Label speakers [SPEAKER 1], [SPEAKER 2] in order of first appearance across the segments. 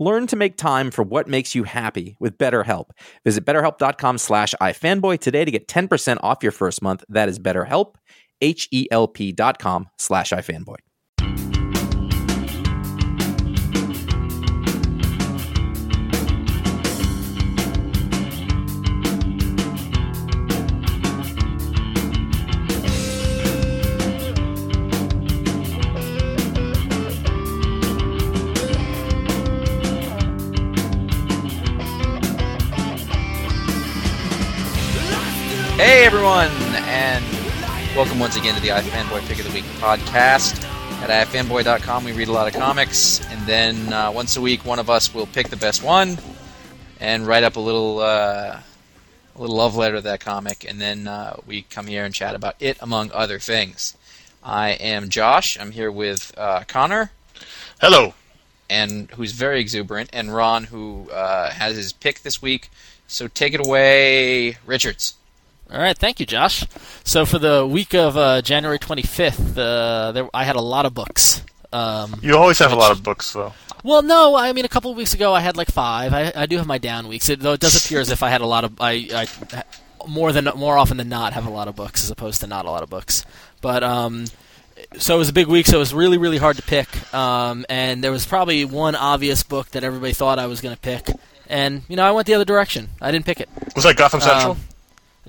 [SPEAKER 1] Learn to make time for what makes you happy with BetterHelp. Visit betterhelp.com slash ifanboy today to get 10% off your first month. That is betterhelp, H-E-L-P dot com slash ifanboy.
[SPEAKER 2] Hey everyone, and welcome once again to the iFanboy Pick of the Week podcast. At ifanboy.com, we read a lot of comics, and then uh, once a week, one of us will pick the best one and write up a little uh, a little love letter to that comic, and then uh, we come here and chat about it, among other things. I am Josh. I'm here with uh, Connor,
[SPEAKER 3] Hello.
[SPEAKER 2] and who's very exuberant, and Ron, who uh, has his pick this week. So take it away, Richards.
[SPEAKER 4] All right, thank you, Josh. So for the week of uh, January 25th, uh, there, I had a lot of books. Um,
[SPEAKER 3] You always have a lot of books, though.
[SPEAKER 4] well, no, I mean a couple of weeks ago I had like five. I, I do have my down weeks, it, though it does appear as if I had a lot of I, I more than more often than not have a lot of books as opposed to not a lot of books. But um, so it was a big week, so it was really really hard to pick. Um, and there was probably one obvious book that everybody thought I was going to pick, and you know I went the other direction. I didn't pick it.
[SPEAKER 3] Was that Gotham Central?
[SPEAKER 4] Um,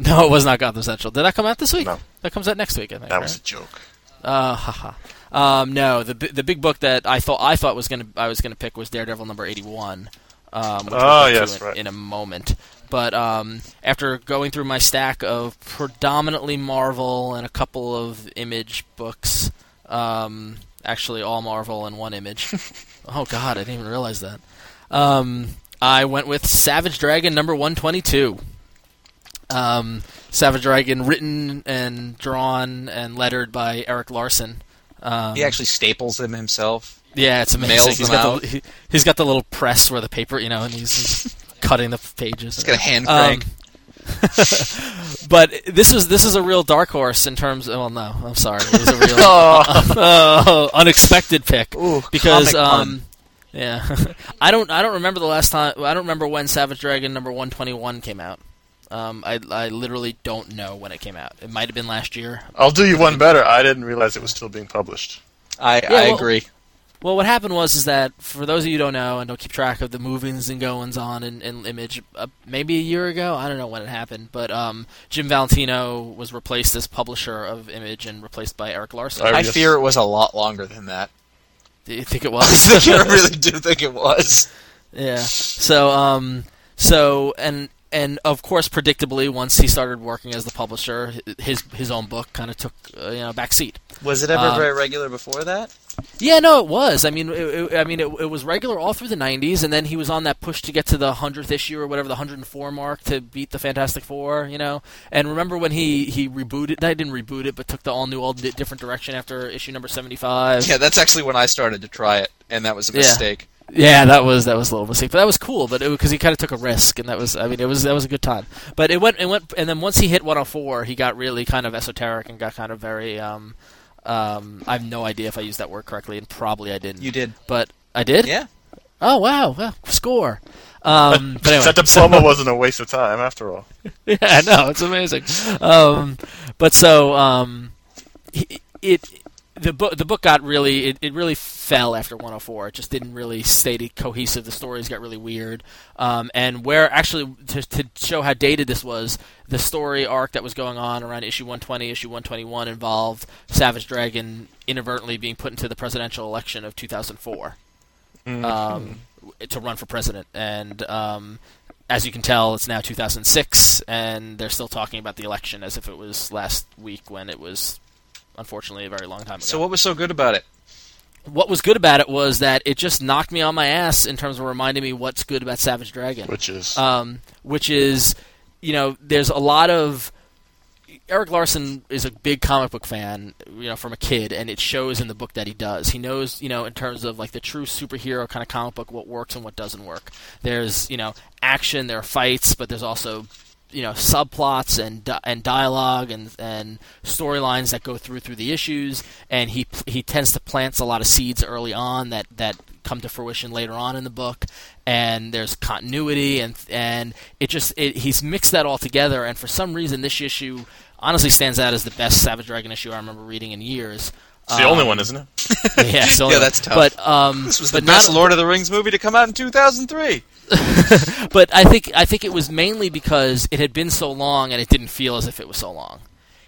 [SPEAKER 4] no, it was not Gotham Central. Did that come out this week?
[SPEAKER 3] No.
[SPEAKER 4] That comes out next week, I think.
[SPEAKER 3] that
[SPEAKER 4] right?
[SPEAKER 3] was a joke.
[SPEAKER 4] Uh, haha. Um, no, the bi- the big book that I thought I thought was gonna I was gonna pick was Daredevil number eighty one. Um, which we'll
[SPEAKER 3] Ah,
[SPEAKER 4] get to
[SPEAKER 3] yes,
[SPEAKER 4] in,
[SPEAKER 3] right.
[SPEAKER 4] in a moment. But um, after going through my stack of predominantly Marvel and a couple of Image books, um, actually all Marvel and one Image. oh God, I didn't even realize that. Um, I went with Savage Dragon number one twenty two. Um, Savage Dragon, written and drawn and lettered by Eric Larson. Um,
[SPEAKER 2] He actually staples them himself.
[SPEAKER 4] yeah, it's amazing.
[SPEAKER 2] mails
[SPEAKER 4] He's
[SPEAKER 2] them
[SPEAKER 4] got
[SPEAKER 2] out.
[SPEAKER 4] the he, he's got the little press where the paper, you know, and he's, he's cutting the pages.
[SPEAKER 2] He's got a hand
[SPEAKER 4] Um,
[SPEAKER 2] crank.
[SPEAKER 4] but this was this is a real dark horse in terms. Of, well, no, I'm sorry, it was a real oh, unexpected pick because
[SPEAKER 2] comic pun.
[SPEAKER 4] um, yeah, I don't I don't remember the last time I don't remember when Savage Dragon number 121 came out. Um, I I literally don't know when it came out. It might have been last year.
[SPEAKER 3] I'll do you one better. I didn't realize it was still being published.
[SPEAKER 2] I, I
[SPEAKER 4] well-
[SPEAKER 2] agree.
[SPEAKER 4] Well, what happened was is that for those of you who don't know and don't keep track of the movings and goings on in, in Image, uh, maybe a year ago, I don't know when it happened, but um, Jim Valentino was replaced as publisher of Image and replaced by Eric Larson.
[SPEAKER 3] I
[SPEAKER 2] I
[SPEAKER 3] just-
[SPEAKER 2] fear it was a lot longer than that.
[SPEAKER 4] Do you think it
[SPEAKER 2] I
[SPEAKER 4] was?
[SPEAKER 2] think I really do think it was.
[SPEAKER 4] Yeah. So um so and and of course predictably once he started working as the publisher hi- his his own book kind of took uh, you know back seat.
[SPEAKER 2] Was it
[SPEAKER 4] ever Um, very
[SPEAKER 2] regular before that?
[SPEAKER 4] Yeah, no, it was. I mean, it, it, I mean, it, it was regular all through the '90s, and then he was on that push to get to the hundredth issue or whatever, the 104 mark to beat the Fantastic Four, you know. And remember when he he rebooted? I didn't reboot it, but took the all new, all di- different direction after issue number 75.
[SPEAKER 2] Yeah, that's actually when I started to try it, and that was a
[SPEAKER 4] Yeah.
[SPEAKER 2] mistake.
[SPEAKER 4] Yeah, that was that was a little mistake, but that was cool. But because he kind of took a risk, and that was I mean it was that was a good time. But it went it went, and then once he hit 104, he got really kind of esoteric and got kind of very. Um, um, I have no idea if I used that word correctly, and probably I didn't.
[SPEAKER 2] You did.
[SPEAKER 4] but I did.
[SPEAKER 2] Yeah.
[SPEAKER 4] Oh wow! Well, score. Um, but anyway,
[SPEAKER 3] that
[SPEAKER 4] so-
[SPEAKER 3] diploma wasn't a waste of time after all.
[SPEAKER 4] yeah, I know it's amazing. Um, but so um, he- it the book the book got really it, it really fell after 104. It just didn't really stay t- cohesive. The stories got really weird. Um, and where actually to, to show how dated this was, the story arc that was going on around issue 120, issue 121 involved Savage Dragon inadvertently being put into the presidential election of 2004
[SPEAKER 2] Mm-hmm.
[SPEAKER 4] um, to run for president. And um, as you can tell, it's now 2006, and they're still talking about the election as if it was last week when it was, unfortunately, a very long time ago.
[SPEAKER 2] So what was so good about it?
[SPEAKER 4] what was good about it was that it just knocked me on my ass in terms of reminding me what's good about Savage Dragon
[SPEAKER 3] Which is
[SPEAKER 4] um, which is, you know, there's a lot of. Eric Larson is a big comic book fan, you know, from a kid, and it shows in the book that he does. He knows, you know, in terms of like the true superhero kind of comic book, what works and what doesn't work. There's, you know, action, there are fights, but there's also, you know, subplots and di- and dialogue and and storylines that go through through the issues. And he he tends to plants a lot of seeds early on that that come to fruition later on in the book and there's continuity and and it just it, he's mixed that all together and for some reason this issue honestly stands out as the best Savage Dragon issue I remember reading in years. Um,
[SPEAKER 3] it's the only one, isn't it?
[SPEAKER 4] yeah, it's the only
[SPEAKER 2] Yeah,
[SPEAKER 4] one.
[SPEAKER 2] that's tough.
[SPEAKER 4] But um,
[SPEAKER 2] This was
[SPEAKER 4] but
[SPEAKER 2] the best
[SPEAKER 4] not,
[SPEAKER 2] Lord of the Rings movie to come out in 2003.
[SPEAKER 4] but I think I think it was mainly because it had been so long and it didn't feel as if it was so long.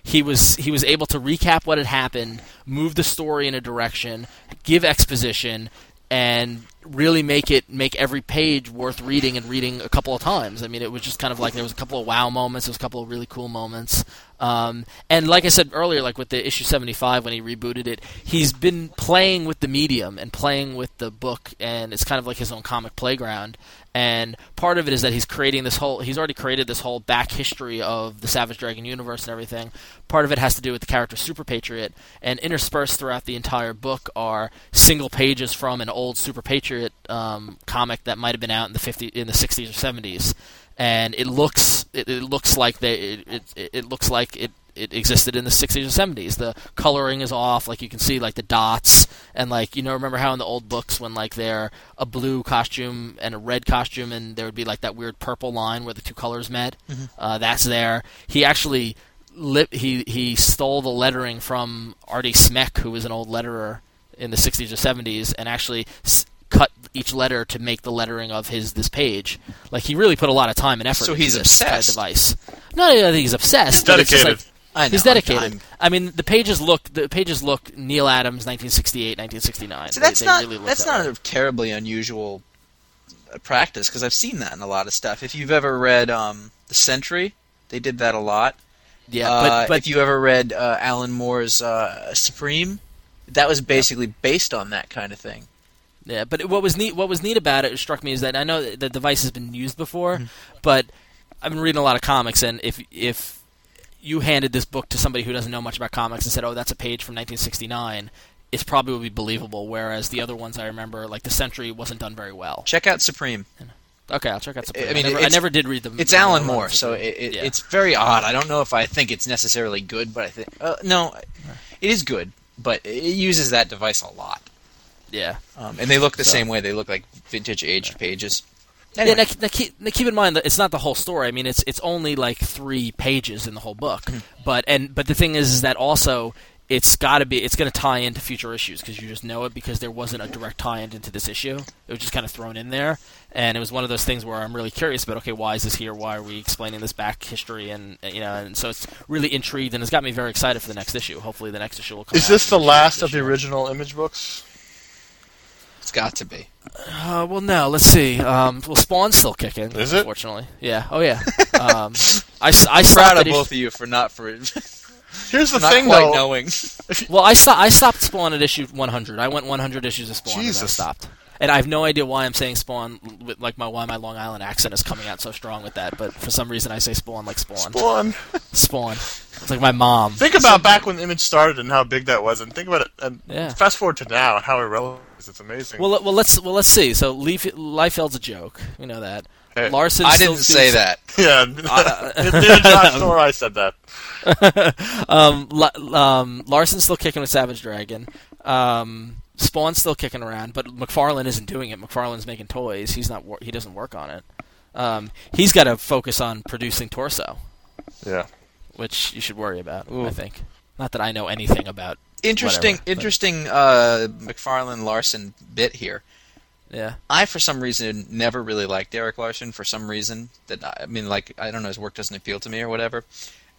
[SPEAKER 4] He was he was able to recap what had happened, move the story in a direction, give exposition, and really make it make every page worth reading and reading a couple of times. I mean, it was just kind of like there was a couple of wow moments, there was a couple of really cool moments, um, and like I said earlier, like with the issue seventy five when he rebooted it, he's been playing with the medium and playing with the book, and it's kind of like his own comic playground. And part of it is that he's creating this whole he's already created this whole back history of the Savage Dragon universe and everything. Part of it has to do with the character Super Patriot and interspersed throughout the entire book are single pages from an old Super Patriot um, comic that might have been out in the 50 in the 60s or 70s. And it looks it, it looks like they it, it, it looks like it it existed in the 60s or 70s. The coloring is off, like you can see like the dots and like you know remember how in the old books when like they're a blue costume and a red costume and there would be like that weird purple line where the two colors met. Uh, that's there. He actually li- he he stole the lettering from Artie Smek, who was an old letterer in the 60s or 70s, and actually s- cut each letter to make the lettering of his this page. Like he really put a lot of time and effort.
[SPEAKER 2] So
[SPEAKER 4] into
[SPEAKER 2] he's
[SPEAKER 4] this kind of
[SPEAKER 2] obsessed.
[SPEAKER 4] device. No, I don't think he's obsessed.
[SPEAKER 3] He's
[SPEAKER 4] but it's just, like,
[SPEAKER 3] dedicated.
[SPEAKER 2] I know,
[SPEAKER 4] He's
[SPEAKER 2] I'm-
[SPEAKER 4] dedicated.
[SPEAKER 2] I'm-
[SPEAKER 4] I mean, the pages look. The pages look. Neil Adams, 1968, 1969.
[SPEAKER 2] So that's
[SPEAKER 4] They- they
[SPEAKER 2] not
[SPEAKER 4] really look
[SPEAKER 2] that's
[SPEAKER 4] that
[SPEAKER 2] not
[SPEAKER 4] way.
[SPEAKER 2] a terribly unusual uh, practice because I've seen that in a lot of stuff. If you've ever read um, the Sentry, they did that a lot.
[SPEAKER 4] yeah,
[SPEAKER 2] Uh,
[SPEAKER 4] but, but
[SPEAKER 2] if you ever read uh, Alan Moore's uh, Supreme, that was basically based on that kind of thing.
[SPEAKER 4] Yeah, but it- what was neat, what was neat about it, it struck me is that I know that the device has been used before,
[SPEAKER 2] Mm-hmm.
[SPEAKER 4] but I've been reading a lot of comics, and if if you handed this book to somebody who doesn't know much about comics and said, "Oh, that's a page from 1969," it's probably would be believable. Whereas the other ones I remember, like the Century, wasn't done very well.
[SPEAKER 2] Check out Supreme.
[SPEAKER 4] Okay, I'll check out some.
[SPEAKER 2] I
[SPEAKER 4] I
[SPEAKER 2] mean,
[SPEAKER 4] mean, I never, I
[SPEAKER 2] it's-
[SPEAKER 4] never did read them.
[SPEAKER 2] It's
[SPEAKER 4] the
[SPEAKER 2] Alan
[SPEAKER 4] runs
[SPEAKER 2] Moore,
[SPEAKER 4] of
[SPEAKER 2] so
[SPEAKER 4] them.
[SPEAKER 2] it, it,
[SPEAKER 4] Yeah.
[SPEAKER 2] it's very odd. I don't know if I think it's necessarily good, but I think uh, no, it is good. But it uses that device a lot,
[SPEAKER 4] yeah.
[SPEAKER 2] um, and they look the same way. They look like vintage aged pages. Anyway.
[SPEAKER 4] Yeah, now, now, keep, now keep in mind that it's not the whole story. I mean, it's it's only like three pages in the whole book. But and but the thing is, is that also it's got to be it's going to tie into future issues because you just know it because there wasn't a direct tie-in into this issue. It was just kind of thrown in there, and it was one of those things where I'm really curious about. Okay, why is this here? Why are we explaining this back history? And you know, and so it's really intrigued, and it's got me very excited for the next issue. Hopefully, the next issue will come.
[SPEAKER 3] Is
[SPEAKER 4] out
[SPEAKER 3] this the
[SPEAKER 4] and
[SPEAKER 3] last of
[SPEAKER 4] issue.
[SPEAKER 3] the original image books?
[SPEAKER 2] It's got to be.
[SPEAKER 4] Uh, well, no. Let's see. Um, well, Spawn's still kicking.
[SPEAKER 3] Is it?
[SPEAKER 4] Unfortunately, yeah. Oh yeah. Um, I, s- I stopped
[SPEAKER 2] Proud of
[SPEAKER 4] at
[SPEAKER 2] both
[SPEAKER 4] issue,
[SPEAKER 2] of you for not for
[SPEAKER 3] Here's the
[SPEAKER 2] not
[SPEAKER 3] thing,
[SPEAKER 2] quite
[SPEAKER 3] though.
[SPEAKER 2] knowing.
[SPEAKER 4] Well, I saw I stopped Spawn at issue 100. I went 100 issues of Spawn and then I
[SPEAKER 3] Jesus.
[SPEAKER 4] stopped. And I have no idea why I'm saying Spawn with like my why my Long Island accent is coming out so strong with that, but for some reason I say Spawn like Spawn.
[SPEAKER 3] Spawn.
[SPEAKER 4] Spawn. It's like my mom.
[SPEAKER 3] Think about back when Image started and how big that was, and think about it. And
[SPEAKER 4] Yeah.
[SPEAKER 3] fast forward to now and how irrelevant because it's amazing.
[SPEAKER 4] Well, let- well, let's well let's see. So Leif, Liefeld's a joke. We know that.
[SPEAKER 3] Hey.
[SPEAKER 4] Larson.
[SPEAKER 2] I
[SPEAKER 4] still
[SPEAKER 2] didn't say
[SPEAKER 4] seems-
[SPEAKER 2] that.
[SPEAKER 3] yeah,
[SPEAKER 4] uh,
[SPEAKER 3] neither Josh nor I said that.
[SPEAKER 4] Um, La- um, Larson's still kicking with Savage Dragon. Um, Spawn's still kicking around, but McFarlane isn't doing it. McFarlane's making toys. He's not. Wor- he doesn't work on it. Um, he's got to focus on producing torso,
[SPEAKER 3] Yeah,
[SPEAKER 4] which you should worry about. I think. Not that I know anything about.
[SPEAKER 2] Interesting,
[SPEAKER 4] Whatever, but-
[SPEAKER 2] interesting uh, McFarlane Larson bit here.
[SPEAKER 4] Yeah.
[SPEAKER 2] I, for some reason, never really liked Derek Larson. For some reason, that I I mean, like I don't know, his work doesn't appeal to me or whatever.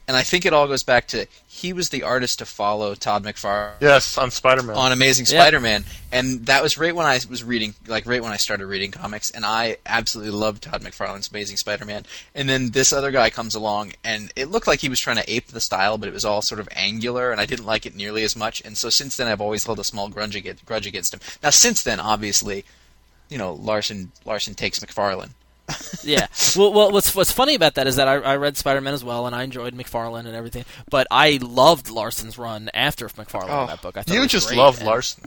[SPEAKER 2] And I think it all goes back to he was the artist to follow Todd McFarlane
[SPEAKER 3] yes, on Spider-Man.
[SPEAKER 2] on Amazing
[SPEAKER 4] Yeah.
[SPEAKER 2] Spider-Man, and that was right when I was reading, like right when I started reading comics, and I absolutely loved Todd McFarlane's Amazing Spider-Man. And then this other guy comes along, and it looked like he was trying to ape the style, but it was all sort of angular, and I didn't like it nearly as much. And so since then, I've always held a small grudge against, grudge against him. Now, since then, obviously, you know, Larson Larson takes McFarlane.
[SPEAKER 4] yeah. Well, well, what's what's funny about that is that I, I read Spider Man as well, and I enjoyed McFarlane and everything, but I loved Larson's run after McFarlane in that book. I thought it
[SPEAKER 3] Oh. you
[SPEAKER 4] was
[SPEAKER 3] just
[SPEAKER 4] great,
[SPEAKER 3] love
[SPEAKER 4] and-
[SPEAKER 3] Larson.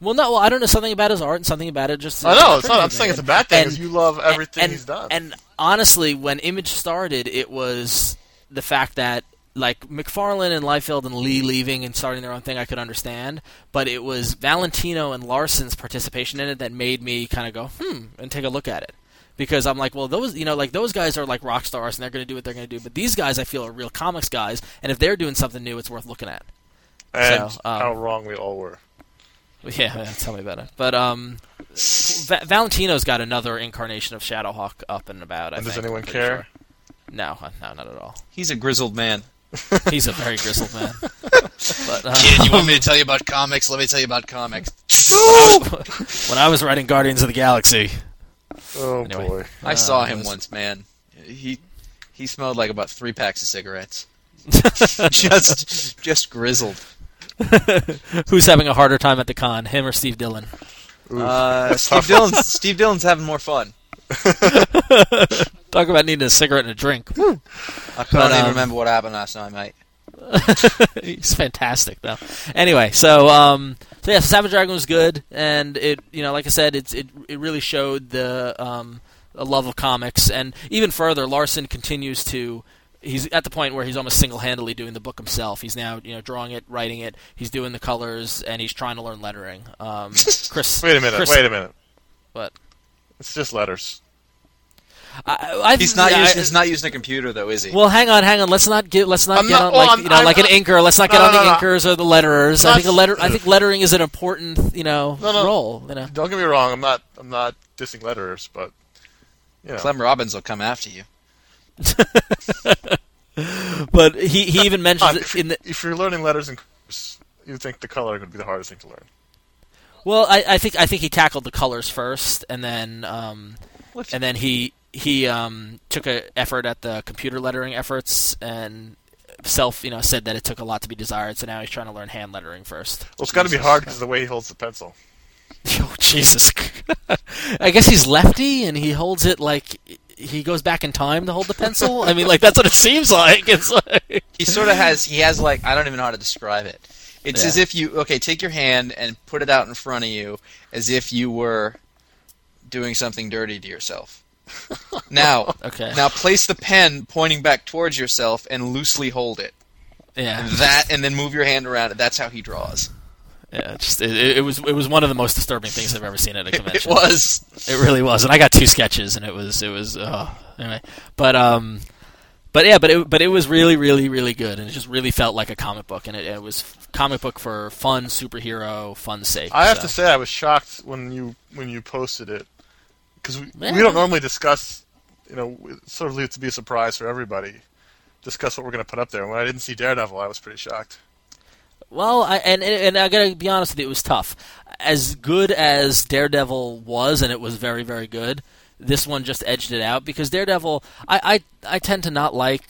[SPEAKER 4] Well, no, well, I don't know something about his art and something about it. Just
[SPEAKER 3] I know. It's not, I'm
[SPEAKER 4] intrigued me.
[SPEAKER 3] saying it's a bad thing
[SPEAKER 4] And-
[SPEAKER 3] because you love everything
[SPEAKER 4] and,
[SPEAKER 3] he's done.
[SPEAKER 4] And honestly, when Image started, it was the fact that like McFarlane and Liefeld and Lee leaving and starting their own thing, I could understand. But it was Valentino and Larson's participation in it that made me kind of go hmm and take a look at it. Because I'm like, well, those you know, like those guys are like rock stars and they're going to do what they're going to do. But these guys, I feel, are real comics guys, and if they're doing something new, it's worth looking at.
[SPEAKER 3] and
[SPEAKER 4] so, um,
[SPEAKER 3] how wrong we all were.
[SPEAKER 4] Yeah, yeah, tell me about it. But um, Va- Valentino's got another incarnation of Shadowhawk up and about. I
[SPEAKER 3] And does
[SPEAKER 4] think, I'm
[SPEAKER 3] anyone
[SPEAKER 4] pretty
[SPEAKER 3] care?
[SPEAKER 4] sure. No, uh, no, not at all.
[SPEAKER 2] He's a grizzled man.
[SPEAKER 4] He's a very grizzled man. But uh,
[SPEAKER 2] Kid, you want me to tell you about comics? Let me tell you about comics.
[SPEAKER 4] when I was writing Guardians of the Galaxy,
[SPEAKER 3] Oh
[SPEAKER 4] Anyway.
[SPEAKER 3] boy.
[SPEAKER 2] I saw
[SPEAKER 4] Uh,
[SPEAKER 2] him
[SPEAKER 4] was-
[SPEAKER 2] once, man. He he smelled like about three packs of cigarettes. just just grizzled.
[SPEAKER 4] who's having a harder time at the con, him or Steve Dillon?
[SPEAKER 2] Uh, Steve Dillon's Steve Dillon's having more fun.
[SPEAKER 4] Talk about needing a cigarette and a drink. Woo.
[SPEAKER 2] I don't even
[SPEAKER 4] um,
[SPEAKER 2] remember what happened last night, mate.
[SPEAKER 4] He's fantastic, though. Anyway, so um, so yeah, so Savage Dragon was good, and it you know, like I said, it's it it really showed the um a love of comics, and even further, Larson continues to. He's at the point where he's almost single-handedly doing the book himself. He's now, you know, drawing it, writing it. He's doing the colors, and he's trying to learn lettering. Um, Chris,
[SPEAKER 3] Wait a minute.
[SPEAKER 4] Chris-
[SPEAKER 3] Wait a minute.
[SPEAKER 4] What?
[SPEAKER 3] It's just letters.
[SPEAKER 4] I, I,
[SPEAKER 2] He's not
[SPEAKER 4] I-
[SPEAKER 2] using he's not using a computer though, is he?
[SPEAKER 4] Well, hang on, hang on. Let's not get let's not
[SPEAKER 3] I'm
[SPEAKER 4] get
[SPEAKER 3] not-
[SPEAKER 4] on
[SPEAKER 3] well,
[SPEAKER 4] like
[SPEAKER 3] I'm-
[SPEAKER 4] you know
[SPEAKER 3] I'm-
[SPEAKER 4] like an inker. Let's not get
[SPEAKER 3] No,
[SPEAKER 4] on
[SPEAKER 3] no,
[SPEAKER 4] the
[SPEAKER 3] no, no.
[SPEAKER 4] inkers or the letterers.
[SPEAKER 3] I'm
[SPEAKER 4] I think a
[SPEAKER 3] not-
[SPEAKER 4] letter. I think lettering is an important you know
[SPEAKER 3] No, no.
[SPEAKER 4] role. You know.
[SPEAKER 3] Don't get me wrong. I'm not. I'm not dissing letters, but you know.
[SPEAKER 2] Clem Robbins will come after you.
[SPEAKER 4] But he he even mentions
[SPEAKER 3] Come on,
[SPEAKER 4] it
[SPEAKER 3] if,
[SPEAKER 4] in the
[SPEAKER 3] if you're learning letters in course, you think the color would be the hardest thing to learn.
[SPEAKER 4] well. I, I think I think he tackled the colors first, and then um and then he he um took a effort at the computer lettering efforts and self you know said that it took a lot to be desired. So now he's trying to learn hand lettering first.
[SPEAKER 3] Well, it's got to be hard because the way he holds the pencil.
[SPEAKER 4] Oh Jesus! I guess he's lefty, and he holds it like he goes back in time to hold the pencil. I mean, like that's what it seems like. It's like
[SPEAKER 2] He sort of has he has like I don't even know how to describe it. It's
[SPEAKER 4] Yeah.
[SPEAKER 2] as if you okay, take your hand and put it out in front of you as if you were doing something dirty to yourself. Now,
[SPEAKER 4] okay,
[SPEAKER 2] now place the pen pointing back towards yourself and loosely hold it.
[SPEAKER 4] yeah,
[SPEAKER 2] that and then move your hand around it. That's how he draws.
[SPEAKER 4] yeah. it's Just it, it it was it was one of the most disturbing things I've ever seen at a
[SPEAKER 2] It
[SPEAKER 4] convention.
[SPEAKER 2] was.
[SPEAKER 4] It really was, and I got two sketches, and it was it was uh, anyway. But um, but yeah, but it but it was really really really good, and it just really felt like a comic book, and it, it was comic book for fun, superhero, fun sake.
[SPEAKER 3] I have
[SPEAKER 4] so.
[SPEAKER 3] to say, I was shocked when you when you posted it because we,
[SPEAKER 4] Yeah.
[SPEAKER 3] we don't normally discuss. You know, we sort of leave it to be a surprise for everybody. Discuss what we're going to put up there. And when I didn't see Daredevil, I was pretty shocked.
[SPEAKER 4] Well, I, and and I gotta be honest with you, it was tough. As good as Daredevil was, and it was very very good. This one just edged it out because Daredevil. I I, I tend to not like,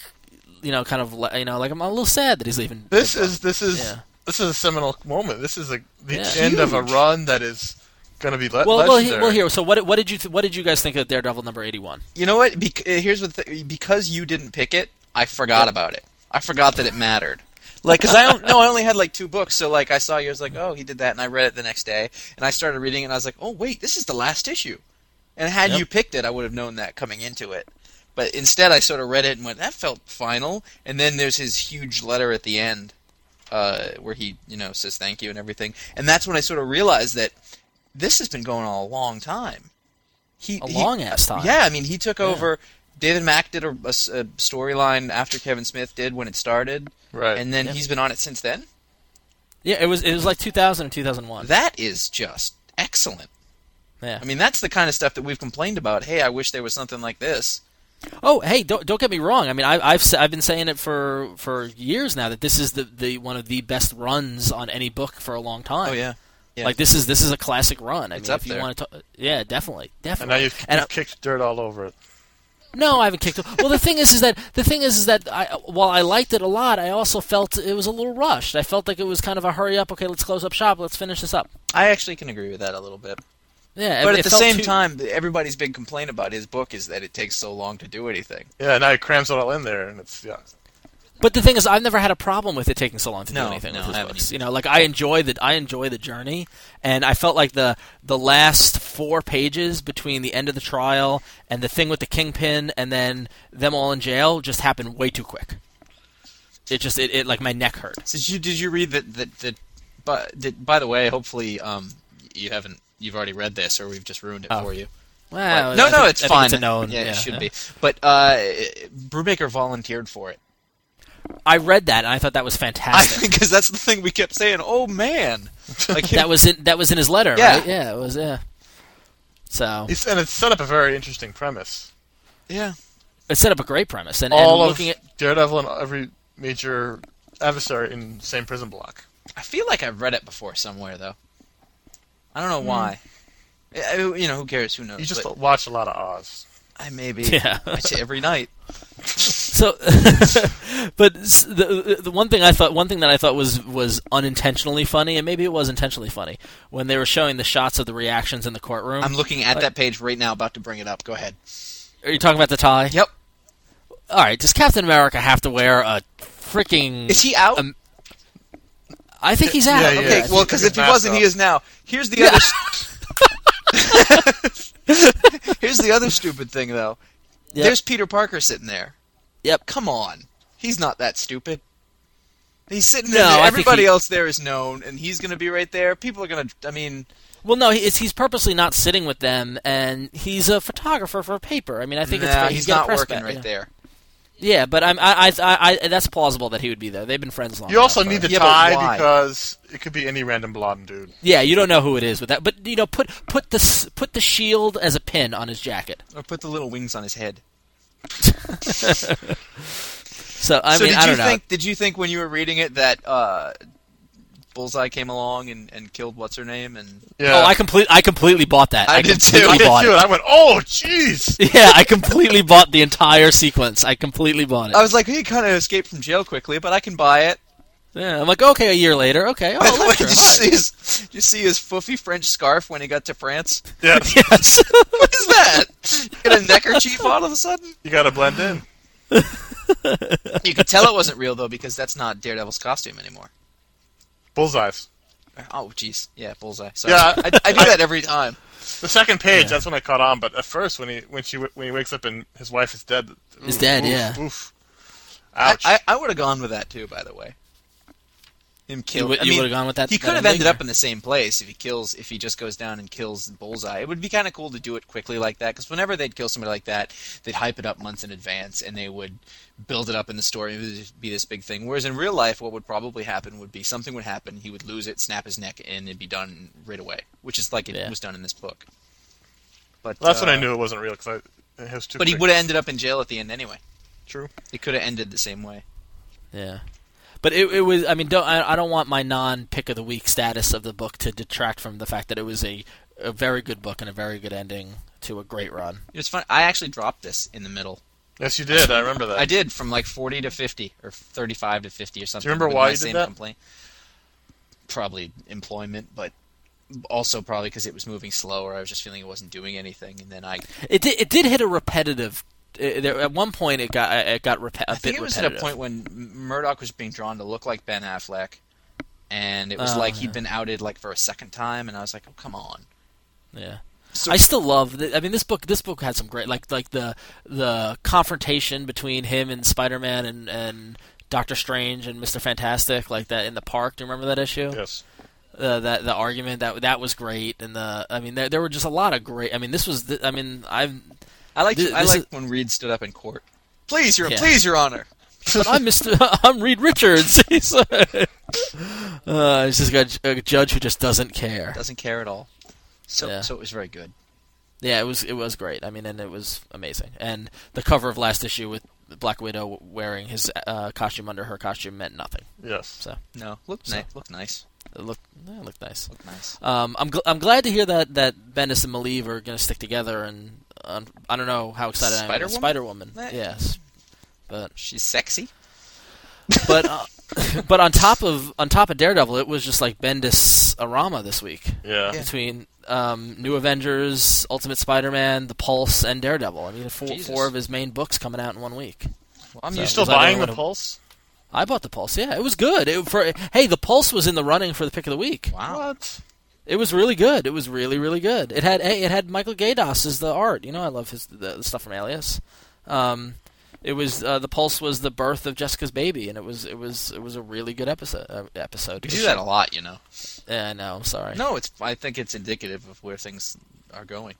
[SPEAKER 4] you know, kind of li- you know, like I'm a little sad that he's leaving.
[SPEAKER 3] This is this is
[SPEAKER 4] Yeah.
[SPEAKER 3] this is a seminal moment. This is a, the
[SPEAKER 4] Yeah.
[SPEAKER 3] end of a run that is going to be le-
[SPEAKER 4] well, well, he,
[SPEAKER 3] legendary.
[SPEAKER 4] well, here. So what what did you th- what did you guys think of Daredevil number eighty one?
[SPEAKER 2] You know what? Bec- uh, here's what. Th- because you didn't pick it, I forgot about it. I forgot that it mattered. Like, cause I don't no, I only had like two books, so like I saw you, I was like, oh, he did that, and I read it the next day, and I started reading, it, and I was like, oh wait, this is the last issue, and had
[SPEAKER 4] Yep.
[SPEAKER 2] you picked it, I would have known that coming into it, but instead I sort of read it and went, that felt final, and then there's his huge letter at the end, uh, where he you know says thank you and everything, and that's when I sort of realized that this has been going on a long time. He
[SPEAKER 4] A
[SPEAKER 2] he-
[SPEAKER 4] long ass time.
[SPEAKER 2] yeah, I mean, he took over. David Mack did a, a s- a storyline after Kevin Smith did when it started,
[SPEAKER 3] Right.
[SPEAKER 2] and then
[SPEAKER 4] Yep.
[SPEAKER 2] he's been on it since then.
[SPEAKER 4] Yeah, it was it was like 2000 or 2001.
[SPEAKER 2] That is just excellent.
[SPEAKER 4] yeah.
[SPEAKER 2] I mean, that's the kind of stuff that we've complained about. Hey, I wish there was something like this.
[SPEAKER 4] Oh, hey, don't don't get me wrong. I mean, I, I've s- I've been saying it for for years now that this is the, the one of the best runs on any book for a long time.
[SPEAKER 2] Oh yeah, yeah.
[SPEAKER 4] Like this is this is a classic run. I
[SPEAKER 2] It's
[SPEAKER 4] mean,
[SPEAKER 2] up
[SPEAKER 4] if you
[SPEAKER 2] there.
[SPEAKER 4] want to, talk, yeah, definitely,
[SPEAKER 3] And
[SPEAKER 4] definitely.
[SPEAKER 3] now you've,
[SPEAKER 4] And
[SPEAKER 3] you've kicked dirt all over it.
[SPEAKER 4] No, I haven't kicked it. Well, the thing is, is that the thing is, is that I, while I liked it a lot, I also felt it was a little rushed. I felt like it was kind of a hurry up. Okay, let's close up shop. Let's finish this up.
[SPEAKER 2] I actually can agree with that a little bit.
[SPEAKER 4] Yeah,
[SPEAKER 2] But
[SPEAKER 4] it-
[SPEAKER 2] at
[SPEAKER 4] it
[SPEAKER 2] the
[SPEAKER 4] felt
[SPEAKER 2] same
[SPEAKER 4] too-
[SPEAKER 2] time, everybody's big complaint about his book is that it takes so long to do anything.
[SPEAKER 3] Yeah, now he crams it all in there, and it's yeah.
[SPEAKER 4] But the thing is, I've never had a problem with it taking so long to
[SPEAKER 2] No,
[SPEAKER 4] do anything
[SPEAKER 2] no,
[SPEAKER 4] with
[SPEAKER 2] I
[SPEAKER 4] his
[SPEAKER 2] haven't
[SPEAKER 4] books. You know, like I enjoy the I enjoy the journey, and I felt like the the last four pages between the end of the trial and the thing with the kingpin, and then them all in jail, just happened way too quick. It just it, it like my neck hurt.
[SPEAKER 2] Did you did you read that that that? But did, by the way, hopefully um you haven't you've already read this or we've just ruined it
[SPEAKER 4] Oh.
[SPEAKER 2] for you.
[SPEAKER 4] Well,
[SPEAKER 2] no,
[SPEAKER 4] I
[SPEAKER 2] no,
[SPEAKER 4] think-
[SPEAKER 2] it's
[SPEAKER 4] I think
[SPEAKER 2] fine.
[SPEAKER 4] It's a known.
[SPEAKER 2] Yeah, it should be. But uh, Brubaker volunteered for it
[SPEAKER 4] I read that and I thought that was fantastic.
[SPEAKER 2] because that's the thing we kept saying. Oh man, like
[SPEAKER 4] that was in that was in his letter,
[SPEAKER 2] Yeah.
[SPEAKER 4] right? Yeah, it was. Yeah. So
[SPEAKER 3] It's, and it's set up a very interesting premise.
[SPEAKER 2] yeah,
[SPEAKER 4] it set up a great premise, and,
[SPEAKER 3] all
[SPEAKER 4] and
[SPEAKER 3] of
[SPEAKER 4] looking at
[SPEAKER 3] Daredevil and every major adversary in the same prison block.
[SPEAKER 2] I feel like I've read it before somewhere though. I don't know why. I- I- you know, who cares? Who knows?
[SPEAKER 3] You just
[SPEAKER 2] but
[SPEAKER 3] watch a lot of Oz.
[SPEAKER 2] I maybe
[SPEAKER 4] Yeah.
[SPEAKER 2] I say every night.
[SPEAKER 4] So, but s- the the one thing I thought one thing that I thought was was unintentionally funny, and maybe it was intentionally funny when they were showing the shots of the reactions in the courtroom.
[SPEAKER 2] I'm looking at that page right now, about to bring it up. Go ahead.
[SPEAKER 4] Are you talking about the tie?
[SPEAKER 2] Yep.
[SPEAKER 4] All right. Does Captain America have to wear a freaking?
[SPEAKER 2] Is he out?
[SPEAKER 4] Um, I think he's out.
[SPEAKER 3] Yeah, yeah.
[SPEAKER 2] okay. well, because if he
[SPEAKER 3] Mask
[SPEAKER 2] wasn't, he
[SPEAKER 3] off.
[SPEAKER 2] is now. Here's the other. st- Here's the other stupid thing though.
[SPEAKER 4] Yep.
[SPEAKER 2] There's Peter Parker sitting there.
[SPEAKER 4] Yep.
[SPEAKER 2] Come on. He's not that stupid. He's sitting
[SPEAKER 4] No,
[SPEAKER 2] there.
[SPEAKER 4] I think
[SPEAKER 2] Everybody
[SPEAKER 4] he-
[SPEAKER 2] else there is known, and he's going to be right there. People are going to. I mean,
[SPEAKER 4] Well, no, he, it's, he's purposely not sitting with them, and he's a photographer for a paper. I mean, I think it's
[SPEAKER 2] nah,
[SPEAKER 4] he's
[SPEAKER 2] he's
[SPEAKER 4] got a
[SPEAKER 2] not
[SPEAKER 4] press
[SPEAKER 2] working
[SPEAKER 4] badge,
[SPEAKER 2] right
[SPEAKER 4] yeah.
[SPEAKER 2] there.
[SPEAKER 4] Yeah, but I'm, I, I, I, I, that's plausible that he would be there. They've been friends long.
[SPEAKER 3] You also
[SPEAKER 4] enough,
[SPEAKER 3] need
[SPEAKER 4] uh,
[SPEAKER 3] the
[SPEAKER 2] Yeah, but why?
[SPEAKER 3] tie because it could be any random blonde dude.
[SPEAKER 4] Yeah, you don't know who it is with that, but you know, put put the s- put the shield as a pin on his jacket.
[SPEAKER 2] Or put the little wings on his head.
[SPEAKER 4] So I
[SPEAKER 2] so
[SPEAKER 4] mean,
[SPEAKER 2] did
[SPEAKER 4] I
[SPEAKER 2] you
[SPEAKER 4] don't know.
[SPEAKER 2] think? Did you think when you were reading it that uh, Bullseye came along and, and killed what's her name? And
[SPEAKER 3] Yeah.
[SPEAKER 4] Oh, I complete I completely bought that.
[SPEAKER 2] uh, I did too.
[SPEAKER 4] completely
[SPEAKER 3] I did
[SPEAKER 4] bought
[SPEAKER 3] too, and I went, oh, jeez.
[SPEAKER 4] it. Yeah, I completely bought the entire sequence. I completely bought it.
[SPEAKER 2] I was like, he kind of escaped from jail quickly, but I can buy it.
[SPEAKER 4] yeah, I'm like, okay, a year later, okay.
[SPEAKER 2] By the
[SPEAKER 4] Oh,
[SPEAKER 2] way,
[SPEAKER 4] Electra,
[SPEAKER 2] did you
[SPEAKER 4] hi.
[SPEAKER 2] see his? Did you see his foofy French scarf when he got to France?
[SPEAKER 3] Yeah,
[SPEAKER 4] Yes.
[SPEAKER 2] what is that? You got a neckerchief all of a sudden?
[SPEAKER 3] you got to blend in.
[SPEAKER 2] You could tell it wasn't real though because that's not Daredevil's costume anymore.
[SPEAKER 3] Bullseyes.
[SPEAKER 2] Oh, jeez, yeah, bullseye. Sorry.
[SPEAKER 3] Yeah,
[SPEAKER 2] I, I do that every time.
[SPEAKER 3] The second page, that's when I caught on. But at first, when he when she w- when he wakes up and his wife is dead,
[SPEAKER 4] Is
[SPEAKER 3] oof,
[SPEAKER 4] dead,
[SPEAKER 3] oof,
[SPEAKER 4] yeah.
[SPEAKER 3] Oof.
[SPEAKER 2] I,
[SPEAKER 3] Ouch.
[SPEAKER 2] I, I would have gone with that too. By the way, him
[SPEAKER 4] You,
[SPEAKER 2] kill.
[SPEAKER 4] would-
[SPEAKER 2] I
[SPEAKER 4] you
[SPEAKER 2] mean,
[SPEAKER 4] would have gone with that.
[SPEAKER 2] He
[SPEAKER 4] that
[SPEAKER 2] could have
[SPEAKER 4] ending?
[SPEAKER 2] ended up in the same place if he kills. If he just goes down and kills Bullseye, it would be kind of cool to do it quickly like that. Because whenever they'd kill somebody like that, they'd hype it up months in advance and they would build it up in the story. It would just be this big thing. Whereas in real life, what would probably happen would be something would happen. He would lose it, snap his neck, and it'd be done right away. Which is like it
[SPEAKER 4] Yeah.
[SPEAKER 2] was done in this book. But
[SPEAKER 3] Well, that's when
[SPEAKER 2] uh,
[SPEAKER 3] I knew it wasn't real because it was too.
[SPEAKER 2] But he
[SPEAKER 3] quick.
[SPEAKER 2] would have ended up in jail at the end anyway.
[SPEAKER 3] True.
[SPEAKER 2] It could have ended the same way.
[SPEAKER 4] Yeah. But it, it was. I mean, don't, I, I don't want my non pick of the week status of the book to detract from the fact that it was a, a very good book and a very good ending to a great run.
[SPEAKER 2] It was fun. I actually dropped this in the middle.
[SPEAKER 3] Yes, you did. I remember that.
[SPEAKER 2] I did from like 40 to 50 or 35 to 50 or something.
[SPEAKER 3] remember
[SPEAKER 2] with
[SPEAKER 3] why
[SPEAKER 2] my
[SPEAKER 3] you did
[SPEAKER 2] same
[SPEAKER 3] that?
[SPEAKER 2] Complaint. Probably employment, but also probably because it was moving slower. I was just feeling it wasn't doing anything, and then I
[SPEAKER 4] It did, it did hit a repetitive it, there, at one point it got it got repe- a
[SPEAKER 2] I think
[SPEAKER 4] bit
[SPEAKER 2] it was
[SPEAKER 4] repetitive.
[SPEAKER 2] at a point when M- Murdoch was being drawn to look like Ben Affleck, and it was
[SPEAKER 4] Oh,
[SPEAKER 2] like
[SPEAKER 4] yeah.
[SPEAKER 2] he'd been outed like for a second time, and I was like, oh come on.
[SPEAKER 4] yeah.
[SPEAKER 2] So
[SPEAKER 4] I still love. The, I mean, this book. This book had some great, like, like the the confrontation between him and Spider Man and and Doctor Strange and Mister Fantastic, like that in the park. Do you remember that issue?
[SPEAKER 3] Yes.
[SPEAKER 4] Uh, that the argument that that was great, and the. I mean, there there were just a lot of great. I mean, this was. The, I mean, I've.
[SPEAKER 2] I like
[SPEAKER 4] Th-
[SPEAKER 2] I
[SPEAKER 4] this
[SPEAKER 2] like
[SPEAKER 4] is-
[SPEAKER 2] when Reed stood up in court. Please, your
[SPEAKER 4] Yeah.
[SPEAKER 2] please, your honor.
[SPEAKER 4] But I'm Mister. I'm Reed Richards. He's like- uh, he's just got a judge who just doesn't care.
[SPEAKER 2] Doesn't care at all. So
[SPEAKER 4] Yeah.
[SPEAKER 2] so it was very good.
[SPEAKER 4] Yeah, it was it was great. I mean, and it was amazing. And the cover of last issue with Black Widow wearing his uh, costume under her costume meant nothing.
[SPEAKER 3] Yes.
[SPEAKER 2] No, looked
[SPEAKER 4] So-
[SPEAKER 2] nice. Looked nice.
[SPEAKER 4] It looked yeah, it looked nice.
[SPEAKER 2] Looked nice.
[SPEAKER 4] Um, I'm gl- I'm glad to hear that that Bendis and Malieve are going to stick together. And um, I don't know how excited I am.
[SPEAKER 2] Spider-Woman?
[SPEAKER 4] Spider Woman.
[SPEAKER 2] That-
[SPEAKER 4] Yes. But
[SPEAKER 2] She's sexy.
[SPEAKER 4] but uh, but on top of on top of Daredevil, it was just like Bendis Arama this week
[SPEAKER 3] Yeah.
[SPEAKER 2] Yeah.
[SPEAKER 4] between um, New Avengers, Ultimate Spider-Man, The Pulse, and Daredevil. I mean, four,
[SPEAKER 2] Jesus.
[SPEAKER 4] four of his main books coming out in one week.
[SPEAKER 2] I'm
[SPEAKER 4] So-
[SPEAKER 3] You're
[SPEAKER 2] used
[SPEAKER 3] still
[SPEAKER 4] Was I the
[SPEAKER 3] buying
[SPEAKER 4] one
[SPEAKER 3] the
[SPEAKER 4] who-
[SPEAKER 3] Pulse?
[SPEAKER 4] I bought the Pulse. Yeah, it was good. It, for hey, the Pulse was in the running for the pick of the week.
[SPEAKER 2] to. Wow.
[SPEAKER 3] What?
[SPEAKER 4] It was really good. It was really really good. It had hey, it had Michael Gaydos as the art. You know, I love his the, the stuff from Alias. Um, it was uh, the Pulse was the birth of Jessica's baby, and it was it was it was a really good episode. Uh, episode.
[SPEAKER 2] You do that a lot, you know.
[SPEAKER 4] Yeah, I know. I'm sorry.
[SPEAKER 2] No, it's. I think it's indicative of where things are going.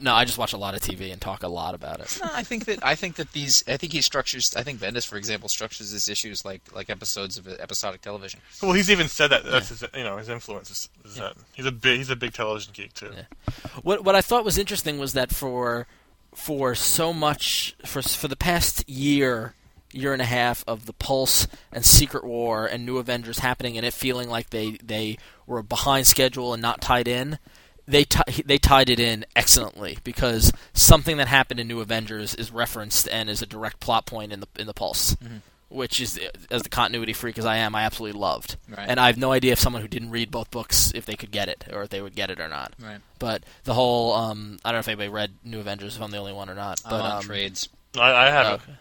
[SPEAKER 4] no, I just watch a lot of TV and talk a lot about it.
[SPEAKER 2] No, I think that I think that these. I think he structures. I think Bendis, for example, structures his issues like like episodes of episodic television.
[SPEAKER 3] Well, he's even said that. That's his, you know, his influence is, is that he's a big, he's a big television geek too.
[SPEAKER 4] Yeah. What what I thought was interesting was that for for so much for for the past year year and a half of the Pulse and Secret War and New Avengers happening and it feeling like they they were behind schedule and not tied in. They ti- they tied it in excellently because something that happened in New Avengers is referenced and is a direct plot point in the in the Pulse, which is as the continuity freak as I am, I absolutely loved.
[SPEAKER 2] Right.
[SPEAKER 4] And I have no idea if someone who didn't read both books if they could get it or if they would get it or not.
[SPEAKER 2] Right.
[SPEAKER 4] But the whole um, I don't know if anybody read New Avengers if I'm the only one or not. But
[SPEAKER 2] I'm on
[SPEAKER 4] um,
[SPEAKER 2] trades.
[SPEAKER 3] I, I haven't.
[SPEAKER 4] Okay.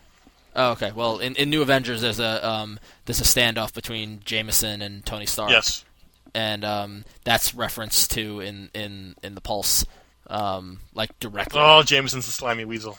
[SPEAKER 4] Oh, okay. Well, in, in New Avengers, there's a um, there's a standoff between Jameson and Tony Stark.
[SPEAKER 3] Yes.
[SPEAKER 4] And um, that's referenced to in in in the Pulse, um, like directly.
[SPEAKER 3] Oh, Jameson's a slimy weasel.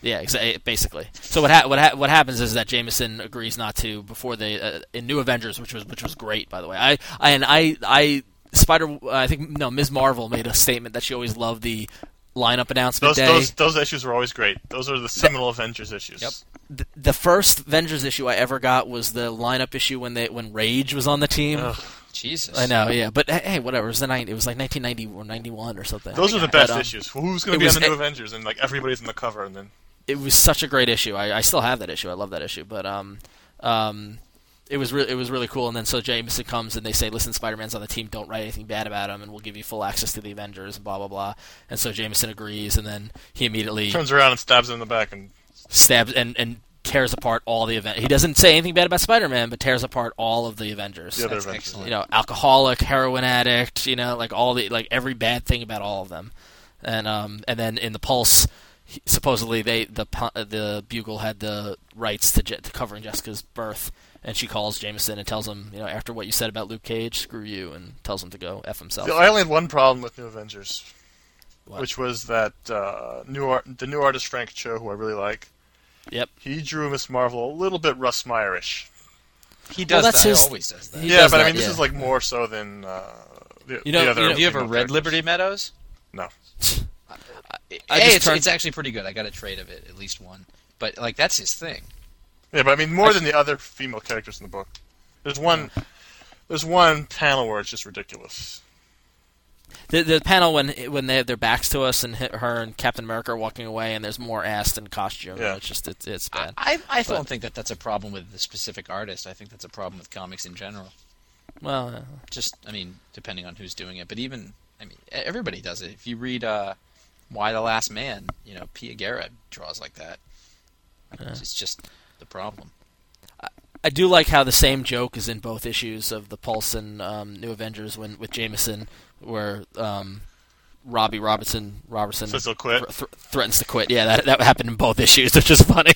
[SPEAKER 4] Yeah, exa- eh, basically. So what ha- what ha- what happens is that Jameson agrees not to before they uh, in New Avengers, which was which was great by the way. I, I and I I Spider I think no Ms Marvel made a statement that she always loved the lineup announcement
[SPEAKER 3] Those
[SPEAKER 4] day.
[SPEAKER 3] those those issues were always great. Those are the seminal Avengers issues.
[SPEAKER 2] Yep.
[SPEAKER 4] Th- the first Avengers issue I ever got was the lineup issue when they when Rage was on the team.
[SPEAKER 3] Ugh.
[SPEAKER 2] Jesus.
[SPEAKER 4] I know, yeah, but hey, whatever. It was the nine, It was like 1990 or 91 or something.
[SPEAKER 3] Those are the best
[SPEAKER 4] But, um,
[SPEAKER 3] issues. Who's going
[SPEAKER 4] it
[SPEAKER 3] to be
[SPEAKER 4] was
[SPEAKER 3] on the new
[SPEAKER 4] a-
[SPEAKER 3] Avengers? And like everybody's on the cover, and then
[SPEAKER 4] it was such a great issue. I, I still have that issue. I love that issue. But um, um, it was re- it was really cool. And then so Jameson comes and they say, "Listen, Spider Man's on the team. Don't write anything bad about him, and we'll give you full access to the Avengers." And blah blah blah. And so Jameson agrees, and then he immediately
[SPEAKER 3] turns around and stabs him in the back, and
[SPEAKER 4] stabs and and tears apart all the event. He doesn't say anything bad about Spider Man, but tears apart all of the Avengers.
[SPEAKER 3] the other
[SPEAKER 2] That's
[SPEAKER 3] Avengers.
[SPEAKER 2] excellent.
[SPEAKER 4] you know, alcoholic, heroin addict, you know, like all the like every bad thing about all of them. And um and then in the Pulse, he- supposedly they the pu- uh, the Bugle had the rights to, Je- to covering Jessica's birth, and she calls Jameson and tells him, you know, after what you said about Luke Cage, screw you, and tells him to go f himself.
[SPEAKER 3] I only had one problem with New Avengers,
[SPEAKER 4] What?
[SPEAKER 3] which was that uh, new art, the new artist Frank Cho, who I really like.
[SPEAKER 4] Yep.
[SPEAKER 3] He drew Miss Marvel a little bit Russ Meyerish.
[SPEAKER 2] He
[SPEAKER 4] Well,
[SPEAKER 2] does
[SPEAKER 4] that's
[SPEAKER 2] that.
[SPEAKER 4] his-
[SPEAKER 2] He always does that.
[SPEAKER 4] he
[SPEAKER 3] yeah,
[SPEAKER 4] does
[SPEAKER 3] but
[SPEAKER 4] that,
[SPEAKER 3] I mean, this
[SPEAKER 4] yeah.
[SPEAKER 3] is like more so than uh, the,
[SPEAKER 4] You know-
[SPEAKER 3] the other.
[SPEAKER 4] you know-
[SPEAKER 2] Have you ever
[SPEAKER 3] female
[SPEAKER 2] read
[SPEAKER 3] characters.
[SPEAKER 2] Liberty Meadows?
[SPEAKER 3] No.
[SPEAKER 2] Hey,
[SPEAKER 4] I just
[SPEAKER 2] it's,
[SPEAKER 4] turned-
[SPEAKER 2] it's actually pretty good. I got a trade of it, at least one. But like that's his thing.
[SPEAKER 3] Yeah, but I mean more than the other female characters in the book. There's one. There's one panel where it's just ridiculous.
[SPEAKER 4] The, the panel when when they have their backs to us and hit her and Captain America are walking away, and there's more ass than costume.
[SPEAKER 3] Yeah.
[SPEAKER 4] It's just it's it's
[SPEAKER 2] I
[SPEAKER 4] bad.
[SPEAKER 2] I, I don't
[SPEAKER 4] But-
[SPEAKER 2] think that that's a problem with the specific artist. I think that's a problem with comics in general.
[SPEAKER 4] well, uh,
[SPEAKER 2] Just I mean, depending on who's doing it, but even I mean, e- everybody does it. If you read uh, Why the Last Man, you know, Pia Guerra draws like that. It's just the problem.
[SPEAKER 4] I do like how the same joke is in both issues of the Pulse and um, New Avengers when with Jameson, where um, Robbie Robinson Robertson
[SPEAKER 3] Says he'll quit.
[SPEAKER 4] th- threatens to quit. Yeah, that that happened in both issues, which is funny.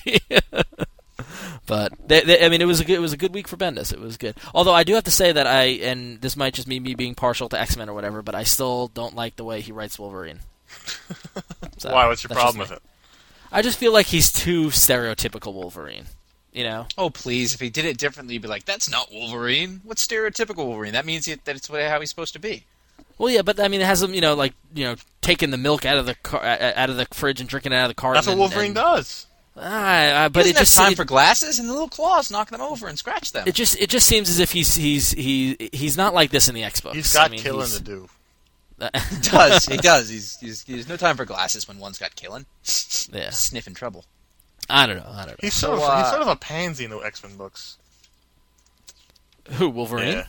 [SPEAKER 4] but they, they, I mean, it was a good, it was a good week for Bendis. It was good. Although I do have to say that I and this might just be me being partial to X Men or whatever, but I still don't like the way he writes Wolverine. So,
[SPEAKER 3] Why? What's your
[SPEAKER 4] uh, that's
[SPEAKER 3] problem
[SPEAKER 4] just
[SPEAKER 3] with
[SPEAKER 4] me.
[SPEAKER 3] it?
[SPEAKER 4] I just feel like he's too stereotypical Wolverine. You know,
[SPEAKER 2] Oh please! If he did it differently, you'd be like, "That's not Wolverine. What's stereotypical Wolverine? That means that it's what- how he's supposed to be."
[SPEAKER 4] well, yeah, but I mean, it has him, you know, like you know, taking the milk out of the car, out of the fridge and drinking it out of the car.
[SPEAKER 3] That's what Wolverine does.
[SPEAKER 4] Ah, ah, but
[SPEAKER 2] he
[SPEAKER 4] it
[SPEAKER 2] doesn't
[SPEAKER 4] just
[SPEAKER 2] have time
[SPEAKER 4] it-
[SPEAKER 2] for glasses and the little claws knock them over and scratch them.
[SPEAKER 4] It just it just seems as if he's he's he he's not like this in the X books.
[SPEAKER 3] He's got
[SPEAKER 4] I mean,
[SPEAKER 3] killing
[SPEAKER 4] he's- uh,
[SPEAKER 3] to do.
[SPEAKER 2] He does. He does. He's, he's he's no time for glasses when one's got killing.
[SPEAKER 4] Yeah.
[SPEAKER 2] Sniffing trouble.
[SPEAKER 4] I don't know. I don't
[SPEAKER 3] He's sort of
[SPEAKER 2] So, uh,
[SPEAKER 3] he's sort of a pansy in the X Men books.
[SPEAKER 4] know. Who Wolverine
[SPEAKER 3] Yeah.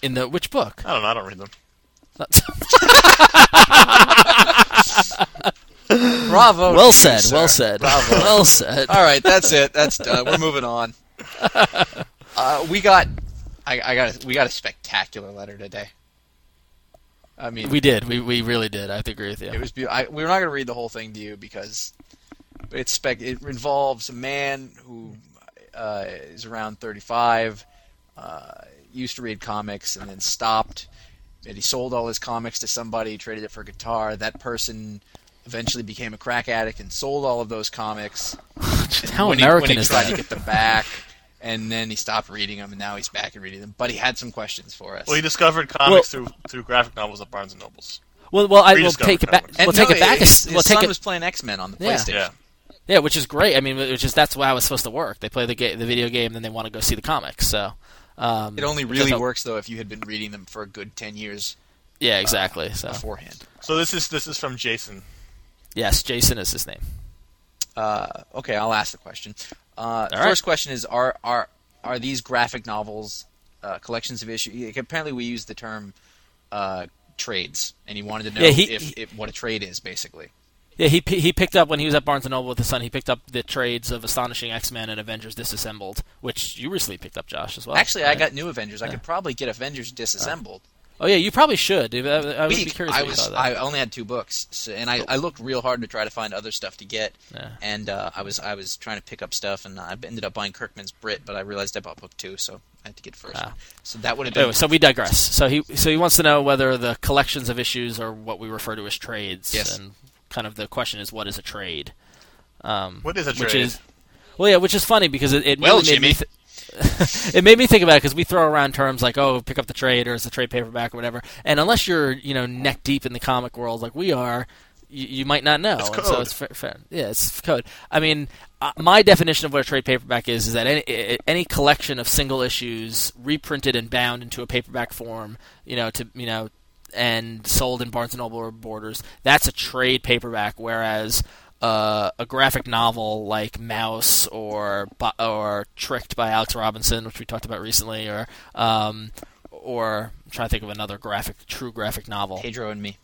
[SPEAKER 4] in the which book?
[SPEAKER 3] I don't know. I don't read them.
[SPEAKER 2] Bravo.
[SPEAKER 4] well
[SPEAKER 2] to you,
[SPEAKER 4] said.
[SPEAKER 2] Oh, sir.
[SPEAKER 4] Well said. Well said.
[SPEAKER 2] All right, that's it. That's done. We're moving on. Uh, we got, I, I got, a, we got a spectacular letter today. I mean,
[SPEAKER 4] We did. We we really did. I have to agree with
[SPEAKER 2] It
[SPEAKER 4] you.
[SPEAKER 2] was be- I, we're not going to read the whole thing to you because it's spec. It involves a man who uh, is around 35, uh, used to read comics and then stopped. And he sold all his comics to somebody, traded it for a guitar. That person eventually became a crack addict and sold all of those comics.
[SPEAKER 4] How
[SPEAKER 2] when
[SPEAKER 4] American
[SPEAKER 2] he, when
[SPEAKER 4] is
[SPEAKER 2] he tried
[SPEAKER 4] that?
[SPEAKER 2] to get them back, and then he stopped reading them, and now he's back and reading them. But he had some questions for us.
[SPEAKER 3] Well, he discovered comics through through graphic novels at Barnes and Nobles.
[SPEAKER 4] Well, well, I will
[SPEAKER 3] Rediscovered
[SPEAKER 4] take it back.
[SPEAKER 3] comics.
[SPEAKER 4] We'll
[SPEAKER 2] and
[SPEAKER 4] take
[SPEAKER 2] no,
[SPEAKER 4] it back. a
[SPEAKER 2] His,
[SPEAKER 4] s-
[SPEAKER 2] his
[SPEAKER 4] We'll
[SPEAKER 2] son
[SPEAKER 4] take
[SPEAKER 2] was
[SPEAKER 4] it.
[SPEAKER 2] playing X Men on the
[SPEAKER 4] Yeah.
[SPEAKER 2] PlayStation.
[SPEAKER 3] Yeah,
[SPEAKER 4] Yeah, which is great. I mean, which is that's how it's supposed to work. They play the ga- the video game, then they want to go see the comics. So. Um,
[SPEAKER 2] It only
[SPEAKER 4] which I
[SPEAKER 2] really
[SPEAKER 4] thought-
[SPEAKER 2] works though if you had been reading them for a good ten years
[SPEAKER 4] Yeah, exactly. So
[SPEAKER 2] beforehand.
[SPEAKER 3] So this is this is from Jason.
[SPEAKER 4] yes, Jason is his name.
[SPEAKER 2] Uh, okay, I'll ask the question. Uh,
[SPEAKER 4] All
[SPEAKER 2] first
[SPEAKER 4] right.
[SPEAKER 2] question is: Are are are these graphic novels uh, collections of issues? Apparently, we use the term uh, trades, and he wanted to know
[SPEAKER 4] Yeah, he-
[SPEAKER 2] if,
[SPEAKER 4] he-
[SPEAKER 2] if what a trade is basically.
[SPEAKER 4] Yeah, he p- he picked up when he was at Barnes and Noble with his son. He picked up the trades of Astonishing X Men and Avengers Disassembled, which you recently picked up, Josh, as well.
[SPEAKER 2] Actually, I
[SPEAKER 4] right?
[SPEAKER 2] got new Avengers. I could probably get Avengers disassembled.
[SPEAKER 4] Oh yeah, you probably should. I, I would be
[SPEAKER 2] week,
[SPEAKER 4] curious.
[SPEAKER 2] I
[SPEAKER 4] what you
[SPEAKER 2] was
[SPEAKER 4] thought of that.
[SPEAKER 2] I only had two books, so, and I, I looked real hard to try to find other stuff to get,
[SPEAKER 4] Yeah.
[SPEAKER 2] and uh, I was I was trying to pick up stuff, and I ended up buying Kirkman's Brit, but I realized I bought book two, so I had to get first.
[SPEAKER 4] Ah.
[SPEAKER 2] So that would have been
[SPEAKER 4] Anyway, so we digress. So he so he wants to know whether the collections of issues are what we refer to as trades.
[SPEAKER 2] Yes.
[SPEAKER 4] And kind of the question is, what is a trade? Um,
[SPEAKER 3] What is a
[SPEAKER 4] Which
[SPEAKER 3] trade?
[SPEAKER 4] is, well, yeah, which is funny because it, it
[SPEAKER 2] Well,
[SPEAKER 4] really made
[SPEAKER 2] Jimmy.
[SPEAKER 4] me th- it made me think about it because we throw around terms like oh, pick up the trade or it's a trade paperback or whatever. And unless you're you know neck deep in the comic world like we are, you, you might not know.
[SPEAKER 3] It's
[SPEAKER 4] And
[SPEAKER 3] code.
[SPEAKER 4] So it's fair, fair. Yeah, it's code. I mean, uh, my definition of what a trade paperback is is that any i- any collection of single issues reprinted and bound into a paperback form, you know, to you know, and sold in Barnes and Noble or Borders, that's a trade paperback. Whereas uh, a graphic novel like Mouse or Bo- or Tricked by Alex Robinson, which we talked about recently, or um, or I'm trying to think of another graphic, true graphic novel.
[SPEAKER 2] Pedro and me.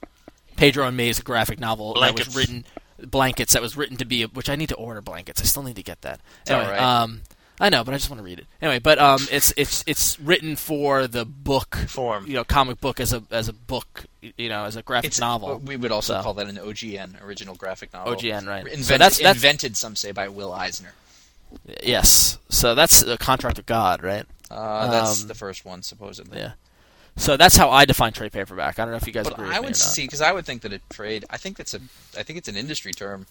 [SPEAKER 4] Pedro and Me is a graphic novel that
[SPEAKER 3] Blankets.
[SPEAKER 4] was written blankets that was written to be which I need to order blankets. I still need to get that.
[SPEAKER 2] all
[SPEAKER 4] Anyway,
[SPEAKER 2] right.
[SPEAKER 4] um I know, but I just want to read it. Anyway, but um it's it's it's written for the book
[SPEAKER 3] Form.
[SPEAKER 4] you know, comic book as a as a book, you know, as a graphic
[SPEAKER 2] It's uh,
[SPEAKER 4] novel.
[SPEAKER 2] We would also
[SPEAKER 4] So.
[SPEAKER 2] call that an OGN, original graphic novel.
[SPEAKER 4] OGN, right. So
[SPEAKER 2] Invented,
[SPEAKER 4] that's- that's-
[SPEAKER 2] invented, some say, by Will Eisner.
[SPEAKER 4] yes. So that's a contract with God, right?
[SPEAKER 2] Uh, that's
[SPEAKER 4] Um,
[SPEAKER 2] the first one, supposedly.
[SPEAKER 4] Yeah. So that's how I define trade paperback. I don't know if you guys
[SPEAKER 2] But
[SPEAKER 4] agree with
[SPEAKER 2] I
[SPEAKER 4] me or not.
[SPEAKER 2] would see because I would think that a trade. I think that's a. I think it's an industry term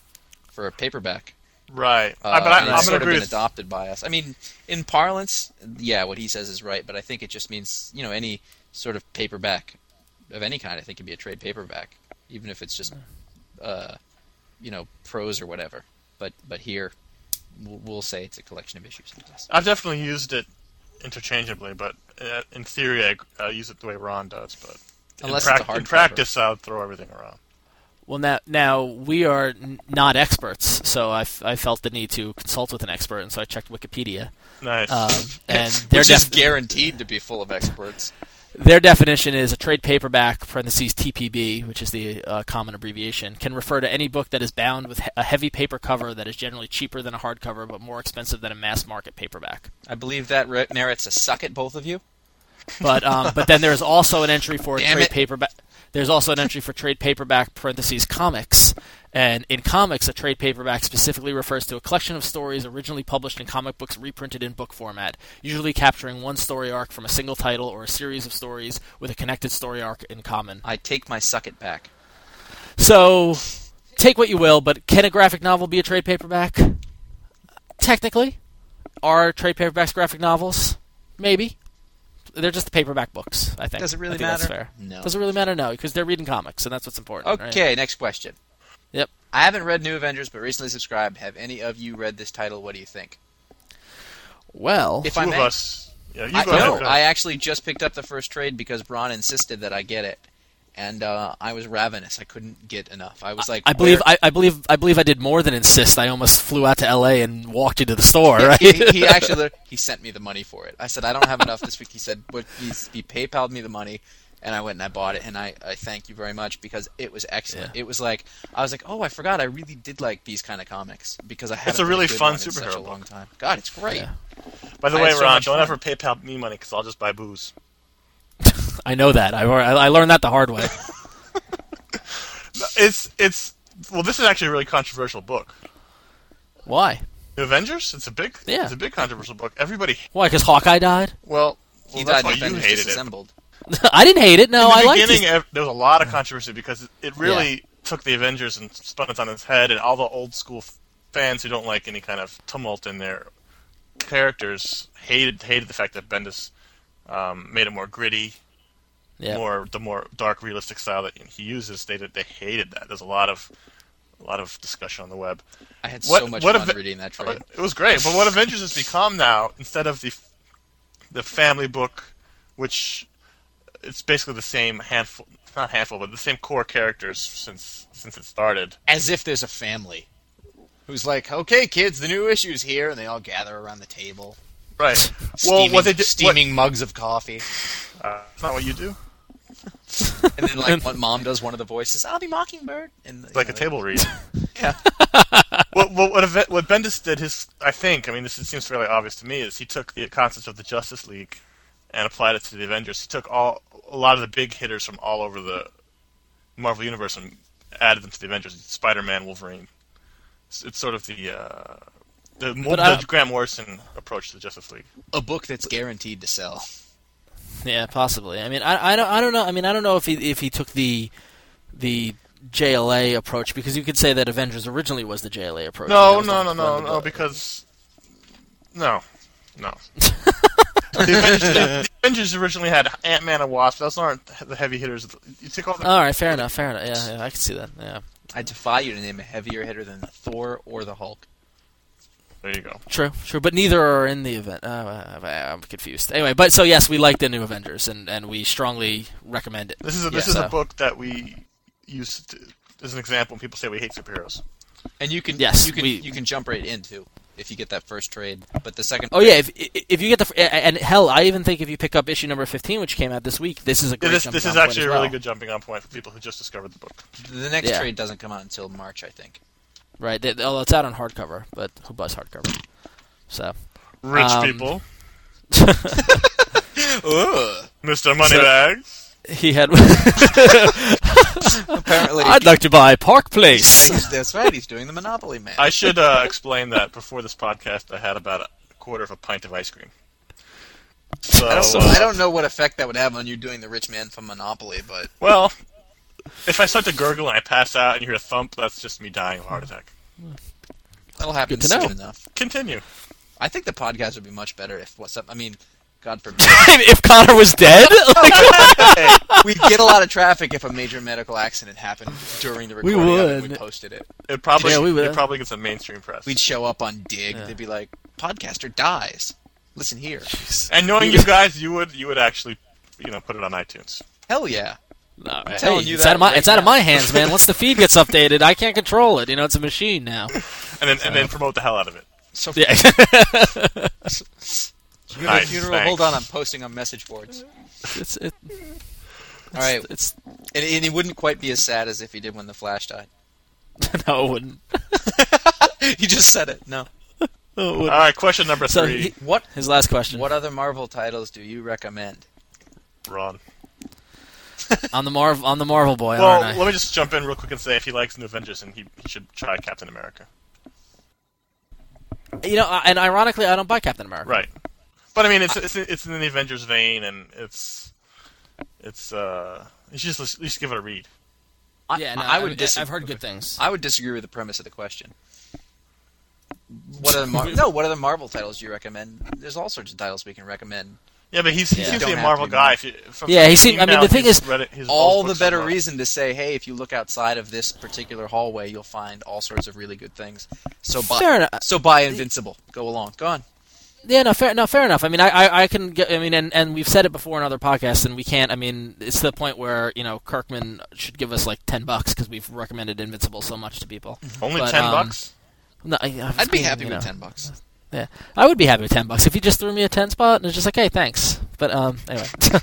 [SPEAKER 2] for a paperback.
[SPEAKER 3] Right.
[SPEAKER 2] Uh,
[SPEAKER 3] I- but I,
[SPEAKER 2] and
[SPEAKER 3] I'm gonna
[SPEAKER 2] it's sort of
[SPEAKER 3] agree
[SPEAKER 2] been
[SPEAKER 3] with
[SPEAKER 2] adopted by us. I mean, in parlance, yeah, what he says is right, but I think it just means you know any sort of paperback of any kind. I think could be a trade paperback, even if it's just uh, you know prose or whatever. But but here, we'll, we'll say it's a collection of issues. I guess.
[SPEAKER 3] I've definitely used it interchangeably, but uh, in theory, I uh, use it the way Ron does. But in,
[SPEAKER 2] Unless
[SPEAKER 3] prac-
[SPEAKER 2] it's a hardcover.
[SPEAKER 3] in practice, I would throw everything around.
[SPEAKER 4] Well, now now we are n- not experts, so I, f- I felt the need to consult with an expert, and so I checked Wikipedia.
[SPEAKER 3] Nice.
[SPEAKER 4] Um, and their,
[SPEAKER 2] They're just
[SPEAKER 4] def-
[SPEAKER 2] guaranteed to be full of experts.
[SPEAKER 4] their definition is a trade paperback (parentheses TPB), which is the uh, common abbreviation, can refer to any book that is bound with he- a heavy paper cover that is generally cheaper than a hardcover but more expensive than a mass market paperback.
[SPEAKER 2] I believe that re- merits a suck at both of you.
[SPEAKER 4] But um, but then there is also an entry for a
[SPEAKER 2] Damn
[SPEAKER 4] trade
[SPEAKER 2] it.
[SPEAKER 4] paperback There's also an entry for trade paperback parentheses comics. And in comics, a trade paperback specifically refers to a collection of stories originally published in comic books reprinted in book format, usually capturing one story arc from a single title or a series of stories with a connected story arc in common.
[SPEAKER 2] I take my suck it back.
[SPEAKER 4] So take what you will, but can a graphic novel be a trade paperback? Technically, are trade paperbacks graphic novels? Maybe. They're just paperback books, I think.
[SPEAKER 2] Does it really
[SPEAKER 4] I think that's
[SPEAKER 2] matter?
[SPEAKER 4] fair.
[SPEAKER 2] No.
[SPEAKER 4] Doesn't really matter, no, because they're reading comics, and that's what's important. right?
[SPEAKER 2] Okay, next question.
[SPEAKER 4] Yep.
[SPEAKER 2] I haven't read New Avengers, but recently subscribed. Have any of you read this title? What do you think?
[SPEAKER 4] Well,
[SPEAKER 2] If
[SPEAKER 3] Two
[SPEAKER 2] I
[SPEAKER 3] of
[SPEAKER 2] may,
[SPEAKER 3] us. Yeah, you
[SPEAKER 2] I,
[SPEAKER 3] go ahead.
[SPEAKER 2] no,
[SPEAKER 3] Go
[SPEAKER 2] I
[SPEAKER 3] ahead.
[SPEAKER 2] actually just picked up the first trade because Braun insisted that I get it, and uh, I was ravenous. I couldn't get enough. I was like,
[SPEAKER 4] I believe
[SPEAKER 2] where-
[SPEAKER 4] I, I believe I believe I did more than insist. I almost flew out to L.A. and walked into the store. Right?
[SPEAKER 2] he, he actually he sent me the money for it. I said I don't have enough this week. He said, but he, he PayPal'd me the money, and I went and I bought it. And I, I thank you very much because it was excellent.
[SPEAKER 4] Yeah.
[SPEAKER 2] It was like I was like, oh, I forgot. I really did like these kind of comics because I haven't.
[SPEAKER 3] a
[SPEAKER 2] read
[SPEAKER 3] really
[SPEAKER 2] good
[SPEAKER 3] fun
[SPEAKER 2] one in such
[SPEAKER 3] superhero
[SPEAKER 2] a
[SPEAKER 3] book.
[SPEAKER 2] long time. God, it's great.
[SPEAKER 4] Yeah.
[SPEAKER 3] By the
[SPEAKER 2] I
[SPEAKER 3] way,
[SPEAKER 2] had so
[SPEAKER 3] Ron,
[SPEAKER 2] much
[SPEAKER 3] don't
[SPEAKER 2] fun.
[SPEAKER 3] ever PayPal me money because I'll just buy booze.
[SPEAKER 4] I know that. I, I learned that the hard way.
[SPEAKER 3] It's it's well, this is actually a really controversial book.
[SPEAKER 4] Why?
[SPEAKER 3] The Avengers. It's a big
[SPEAKER 4] Yeah.
[SPEAKER 3] it's a big controversial book. Everybody.
[SPEAKER 4] Why? Because Hawkeye died.
[SPEAKER 3] Well,
[SPEAKER 2] He
[SPEAKER 3] well, that's
[SPEAKER 2] died
[SPEAKER 3] why
[SPEAKER 2] in
[SPEAKER 3] you
[SPEAKER 2] Avengers
[SPEAKER 3] hated it.
[SPEAKER 2] disassembled.
[SPEAKER 4] I didn't hate it. No,
[SPEAKER 3] In the
[SPEAKER 4] I liked
[SPEAKER 3] beginning,
[SPEAKER 4] it.
[SPEAKER 3] ev- there was a lot of controversy because it, it really took the Avengers and spun it on its head, and all the old school f- fans who don't like any kind of tumult in their characters hated hated the fact that Bendis um, made it more gritty,
[SPEAKER 4] Yeah.
[SPEAKER 3] more the more dark, realistic style that he uses. They did- they hated that. There's a lot of a lot of discussion on the web.
[SPEAKER 2] I had
[SPEAKER 3] What-
[SPEAKER 2] so much
[SPEAKER 3] what
[SPEAKER 2] fun
[SPEAKER 3] if-
[SPEAKER 2] reading that trade.
[SPEAKER 3] But it was great. But what Avengers has become now, instead of the the family book, which it's basically the same handful, not handful, but the same core characters since since it started.
[SPEAKER 2] as if there's a family who's like, okay, kids, the new issue's here, and they all gather around the table,
[SPEAKER 3] Right. well,
[SPEAKER 2] steaming,
[SPEAKER 3] what they did,
[SPEAKER 2] steaming mugs of coffee,
[SPEAKER 3] What, uh, it's not what you do.
[SPEAKER 2] and then like what mom does one of the voices, "I'll be Mockingbird," and
[SPEAKER 3] It's like a table read.
[SPEAKER 2] Yeah.
[SPEAKER 3] what what what, Ave- what Bendis did his I think I mean this is- seems fairly obvious to me is he took the concepts of the Justice League and applied it to the Avengers. He took all a lot of the big hitters from all over the Marvel universe and added them to the Avengers: Spider-Man, Wolverine. It's, it's sort of the uh, the, mo-
[SPEAKER 4] But I-
[SPEAKER 3] the Graham Morrison approach to the Justice League.
[SPEAKER 2] a book that's guaranteed to sell.
[SPEAKER 4] Yeah, possibly. I mean, I, I don't I don't know. I mean, I don't know if he if he took the the JLA approach because you could say that Avengers originally was the JLA approach.
[SPEAKER 3] No,
[SPEAKER 4] and
[SPEAKER 3] no,
[SPEAKER 4] that
[SPEAKER 3] no,
[SPEAKER 4] was the-
[SPEAKER 3] no,
[SPEAKER 4] when the
[SPEAKER 3] no,
[SPEAKER 4] book-
[SPEAKER 3] because no, no. the, Avengers, the Avengers originally had Ant Man and Wasp. Those aren't the heavy hitters. You take all the
[SPEAKER 4] All right, fair enough, fair enough. Yeah, yeah, I can see that. Yeah,
[SPEAKER 2] I defy you to name a heavier hitter than Thor or the Hulk.
[SPEAKER 3] There you go.
[SPEAKER 4] true, true. But neither are in the event. Uh, I- I'm confused. Anyway, but so yes, we like the new Avengers, and, and we strongly recommend it.
[SPEAKER 3] This is a, this
[SPEAKER 4] Yeah,
[SPEAKER 3] is
[SPEAKER 4] so-
[SPEAKER 3] a book that we use to, as an example when people say we hate superheroes.
[SPEAKER 2] And you can
[SPEAKER 4] Yes,
[SPEAKER 2] you can
[SPEAKER 4] we-
[SPEAKER 2] you can jump right into if you get that first trade, but the second
[SPEAKER 4] Oh yeah, if if you get the and hell, I even think if you pick up issue number fifteen, which came out this week, this is a
[SPEAKER 3] Yeah,
[SPEAKER 4] great.
[SPEAKER 3] this
[SPEAKER 4] jump
[SPEAKER 3] this
[SPEAKER 4] on
[SPEAKER 3] is
[SPEAKER 4] point
[SPEAKER 3] actually
[SPEAKER 4] as
[SPEAKER 3] a really
[SPEAKER 4] well.
[SPEAKER 3] good jumping on point for people who just discovered the book.
[SPEAKER 2] the next
[SPEAKER 4] Yeah.
[SPEAKER 2] trade doesn't come out until March, I think.
[SPEAKER 4] right? th- Although it's out on hardcover, but who buys hardcover? So
[SPEAKER 3] Rich
[SPEAKER 4] Um,
[SPEAKER 3] people,
[SPEAKER 2] Ugh.
[SPEAKER 3] Mr. Moneybag.
[SPEAKER 4] he had.
[SPEAKER 2] Apparently,
[SPEAKER 4] I'd like to buy Park Place.
[SPEAKER 2] he's, that's right. He's doing the Monopoly Man.
[SPEAKER 3] I should uh, explain that before this podcast, I had about a quarter of a pint of ice cream. So,
[SPEAKER 2] I don't,
[SPEAKER 3] uh,
[SPEAKER 2] I don't know what effect that would have on you doing the rich man from Monopoly, but
[SPEAKER 3] Well, if I start to gurgle and I pass out and you hear a thump, that's just me dying of a heart
[SPEAKER 4] Hmm.
[SPEAKER 3] attack.
[SPEAKER 2] that'll happen
[SPEAKER 4] Good to know.
[SPEAKER 2] soon enough.
[SPEAKER 3] Continue.
[SPEAKER 2] I think the podcast would be much better if what's up. I mean, God forbid,
[SPEAKER 4] if Connor was dead, like,
[SPEAKER 2] we'd get a lot of traffic if a major medical accident happened during the
[SPEAKER 4] We
[SPEAKER 2] recording. of it and
[SPEAKER 4] would.
[SPEAKER 2] We posted it.
[SPEAKER 3] It probably
[SPEAKER 4] Yeah, we would.
[SPEAKER 3] it probably gets some mainstream press.
[SPEAKER 2] We'd show up on Dig. They'd be like, "Podcaster dies. Listen here."
[SPEAKER 3] and knowing you guys, you would you would actually you know put it on iTunes.
[SPEAKER 2] Hell yeah.
[SPEAKER 4] no,
[SPEAKER 2] telling
[SPEAKER 4] hey,
[SPEAKER 2] you
[SPEAKER 4] it's
[SPEAKER 2] that
[SPEAKER 4] out of my
[SPEAKER 2] right
[SPEAKER 4] it's out of
[SPEAKER 2] now.
[SPEAKER 4] my hands, man. Once the feed gets updated, I can't control it. You know, it's a machine now.
[SPEAKER 3] and then and then promote the hell out of it.
[SPEAKER 2] So
[SPEAKER 4] Yeah.
[SPEAKER 2] you have a
[SPEAKER 3] Nice,
[SPEAKER 2] funeral.
[SPEAKER 3] thanks.
[SPEAKER 2] Hold on, I'm posting on message boards.
[SPEAKER 4] it's it,
[SPEAKER 2] All right,
[SPEAKER 4] it's
[SPEAKER 2] and, and he wouldn't quite be as sad as if he did when the Flash died.
[SPEAKER 4] no, it wouldn't.
[SPEAKER 2] he just said it. No.
[SPEAKER 4] No, it
[SPEAKER 3] All
[SPEAKER 4] wouldn't.
[SPEAKER 3] right, question number
[SPEAKER 4] So
[SPEAKER 3] three,
[SPEAKER 4] he-
[SPEAKER 2] What?
[SPEAKER 4] His last question.
[SPEAKER 2] What other Marvel titles do you recommend?
[SPEAKER 3] Ron.
[SPEAKER 4] I'm the Marv. I'm the Marvel boy,
[SPEAKER 3] Well,
[SPEAKER 4] aren't I?
[SPEAKER 3] let me just jump in real quick and say if he likes New Avengers, and he, he should try Captain America.
[SPEAKER 4] You know, I- and ironically, I don't buy Captain America.
[SPEAKER 3] Right. But I mean, it's it's it's in the Avengers vein, and it's it's uh, you should just, you should give it a read.
[SPEAKER 4] Yeah, no,
[SPEAKER 2] I would
[SPEAKER 4] mean,
[SPEAKER 2] dis-
[SPEAKER 4] I've heard good things.
[SPEAKER 2] I would disagree with the premise of the question. What other Mar- no? What other Marvel titles do you recommend? There's all sorts of titles we can recommend.
[SPEAKER 3] Yeah, but he's he
[SPEAKER 2] Yeah.
[SPEAKER 3] seems to
[SPEAKER 2] Don't
[SPEAKER 3] be a
[SPEAKER 2] have
[SPEAKER 3] Marvel
[SPEAKER 2] to be
[SPEAKER 3] guy. If you, from
[SPEAKER 4] Yeah, he
[SPEAKER 3] from
[SPEAKER 4] seem- I mean,
[SPEAKER 3] email,
[SPEAKER 4] the thing
[SPEAKER 3] he's
[SPEAKER 4] is,
[SPEAKER 3] read it- his
[SPEAKER 2] All the
[SPEAKER 3] books
[SPEAKER 2] better
[SPEAKER 3] online.
[SPEAKER 2] reason to say, hey, if you look outside of this particular hallway, you'll find all sorts of really good things. So buy,
[SPEAKER 4] Fair enough.
[SPEAKER 2] so buy Invincible. Go along. Go on.
[SPEAKER 4] Yeah, no, fair, no, fair enough. I mean, I, I, I can, get, I mean, and, and we've said it before in other podcasts, and we can't. I mean, it's to the point where you know Kirkman should give us like ten bucks because we've recommended Invincible so much to people.
[SPEAKER 3] Only
[SPEAKER 4] But,
[SPEAKER 3] ten
[SPEAKER 4] um,
[SPEAKER 3] bucks.
[SPEAKER 4] No, I, I was
[SPEAKER 2] Mm-hmm. I'd be
[SPEAKER 4] kidding,
[SPEAKER 2] happy
[SPEAKER 4] you
[SPEAKER 2] with
[SPEAKER 4] know.
[SPEAKER 2] ten bucks.
[SPEAKER 4] Yeah, I would be happy with ten bucks if you just threw me a ten spot and it's just like, hey, thanks. But um, anyway,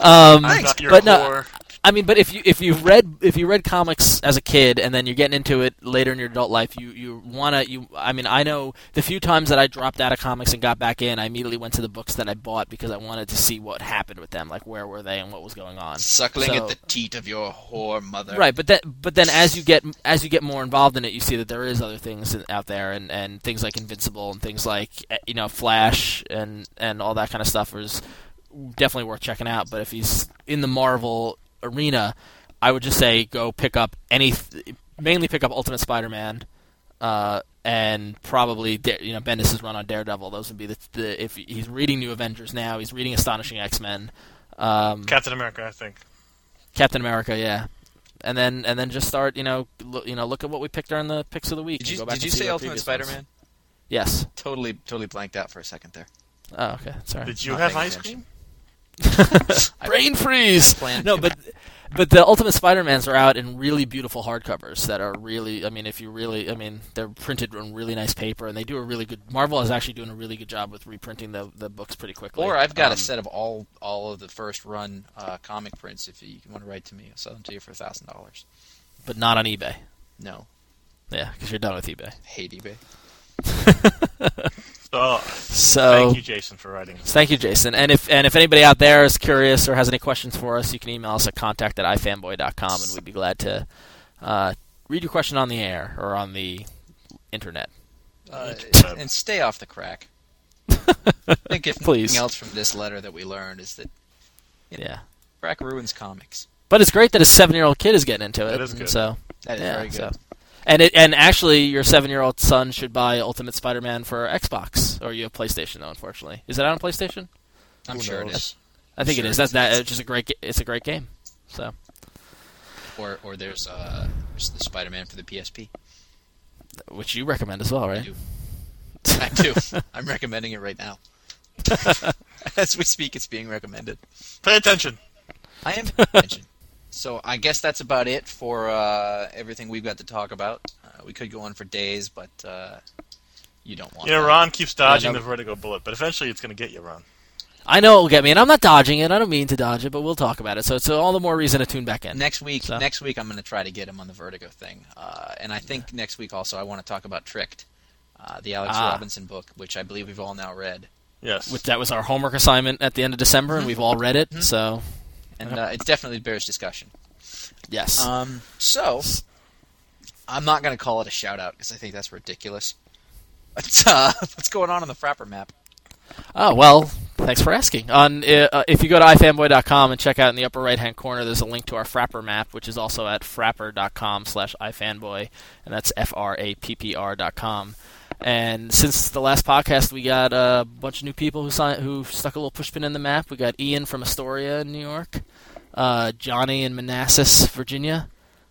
[SPEAKER 4] um,
[SPEAKER 2] Thanks,
[SPEAKER 3] Not your
[SPEAKER 4] but no,
[SPEAKER 3] core.
[SPEAKER 4] I mean, but if you if you read if you read comics as a kid and then you're getting into it later in your adult life, you you wanna you. I mean, I know the few times that I dropped out of comics and got back in, I immediately went to the books that I bought because I wanted to see what happened with them, like where were they and what was going on.
[SPEAKER 2] Suckling
[SPEAKER 4] So-
[SPEAKER 2] at the teat of your whore mother.
[SPEAKER 4] Right, but then but then as you get as you get more involved in it, you see that there is other things in- out there, and, and things like Invincible and things like eh, you know Flash and and all that kind of stuff is definitely worth checking out. But if he's in the Marvel arena, I would just say go pick up any mainly pick up Ultimate Spider-Man. Uh, and probably Dare- you know Bendis' run on Daredevil. Those would be the, the if he's reading New Avengers now, he's reading Astonishing X Men. Um,
[SPEAKER 3] Captain America, I think.
[SPEAKER 4] Captain America, yeah. And then and then just start, you know, look, you know, look at what we picked during the picks of the week.
[SPEAKER 2] Did
[SPEAKER 4] and
[SPEAKER 2] you
[SPEAKER 4] go back
[SPEAKER 2] did
[SPEAKER 4] and
[SPEAKER 2] you
[SPEAKER 4] see
[SPEAKER 2] say
[SPEAKER 4] our
[SPEAKER 2] Ultimate
[SPEAKER 4] previous
[SPEAKER 2] Spider-Man?
[SPEAKER 4] ones. Yes.
[SPEAKER 2] Totally totally blanked out for a second there.
[SPEAKER 4] Oh, okay. Sorry.
[SPEAKER 3] Did you
[SPEAKER 2] Not
[SPEAKER 3] have
[SPEAKER 2] paying
[SPEAKER 3] ice
[SPEAKER 2] attention.
[SPEAKER 3] cream?
[SPEAKER 4] Brain freeze.
[SPEAKER 2] I planned
[SPEAKER 4] No,
[SPEAKER 2] to.
[SPEAKER 4] but but the Ultimate Spider-Mans are out in really beautiful hardcovers that are really. I mean, if you really, I mean, they're printed on really nice paper, and they do a really good. Marvel is actually doing a really good job with reprinting the the books pretty quickly.
[SPEAKER 2] Or I've got
[SPEAKER 4] Um,
[SPEAKER 2] a set of all all of the first run uh, comic prints. If you want to write to me, I'll sell them to you for thousand dollars.
[SPEAKER 4] but not on eBay.
[SPEAKER 2] No,
[SPEAKER 4] Yeah, because you're done with eBay.
[SPEAKER 2] hate eBay.
[SPEAKER 3] So
[SPEAKER 4] So
[SPEAKER 3] thank you, Jason, for writing.
[SPEAKER 4] So Thank you, Jason. And if and if anybody out there is curious or has any questions for us, you can email us at contact at ifanboy.com, and we'd be glad to uh, read your question on the air or on the internet.
[SPEAKER 2] Uh,
[SPEAKER 3] Uh,
[SPEAKER 2] and stay off the crack. I think if
[SPEAKER 4] Please.
[SPEAKER 2] nothing else from this letter that we learned is that
[SPEAKER 4] Yeah,
[SPEAKER 2] crack ruins comics.
[SPEAKER 4] but it's great that a seven-year-old kid is getting into it.
[SPEAKER 3] That is
[SPEAKER 4] and
[SPEAKER 3] good.
[SPEAKER 4] So
[SPEAKER 2] That is
[SPEAKER 4] yeah,
[SPEAKER 2] very good.
[SPEAKER 4] so- and it, and actually, your seven-year-old son should buy Ultimate Spider-Man for Xbox or you have PlayStation though. Unfortunately, is it out on PlayStation?
[SPEAKER 2] I'm
[SPEAKER 4] Who
[SPEAKER 2] sure it
[SPEAKER 4] knows?
[SPEAKER 2] is.
[SPEAKER 4] I think
[SPEAKER 2] Sure.
[SPEAKER 4] it is. That's that. It's just a great. ga- It's a great game. So
[SPEAKER 2] Or or there's uh there's the Spider-Man for the PSP.
[SPEAKER 4] which you recommend as well,
[SPEAKER 2] I
[SPEAKER 4] right?
[SPEAKER 2] do. I do. I'm recommending it right now. As we speak, it's being recommended.
[SPEAKER 3] Pay attention.
[SPEAKER 2] I am paying attention. So I guess that's about it for uh, everything we've got to talk about. Uh, we could go on for days, but uh, you don't want.
[SPEAKER 3] You know,
[SPEAKER 2] that.
[SPEAKER 3] Ron keeps dodging
[SPEAKER 2] no.
[SPEAKER 3] the vertigo bullet, but eventually it's going to get you, Ron.
[SPEAKER 4] I know it will get me, and I'm not dodging it. I don't mean to dodge it, but we'll talk about it. So it's all the more reason to tune back in.
[SPEAKER 2] Next week,
[SPEAKER 4] So-
[SPEAKER 2] next week I'm going to try to get him on the Vertigo thing, uh, and I think next week also I want to talk about Tricked, uh, the Alex
[SPEAKER 4] Ah.
[SPEAKER 2] Robinson book, which I believe we've all now read,
[SPEAKER 3] Yes.
[SPEAKER 4] Which that was our homework assignment at the end of December, and we've all read it. So
[SPEAKER 2] and uh, it definitely bears discussion.
[SPEAKER 4] yes,
[SPEAKER 2] Um, so I'm not going to call it a shout out because I think that's ridiculous. But, uh, what's going on on the Frapper map?
[SPEAKER 4] Oh well, thanks for asking. On uh, if you go to ifanboy.com and check out in the upper right hand corner, there's a link to our Frapper map, which is also at frapper.com/ifanboy, and that's f r a p p r dot com. And since the last podcast, we got a bunch of new people who sign, who stuck a little pushpin in the map. We got Ian from Astoria in New York, uh, Johnny in Manassas, Virginia,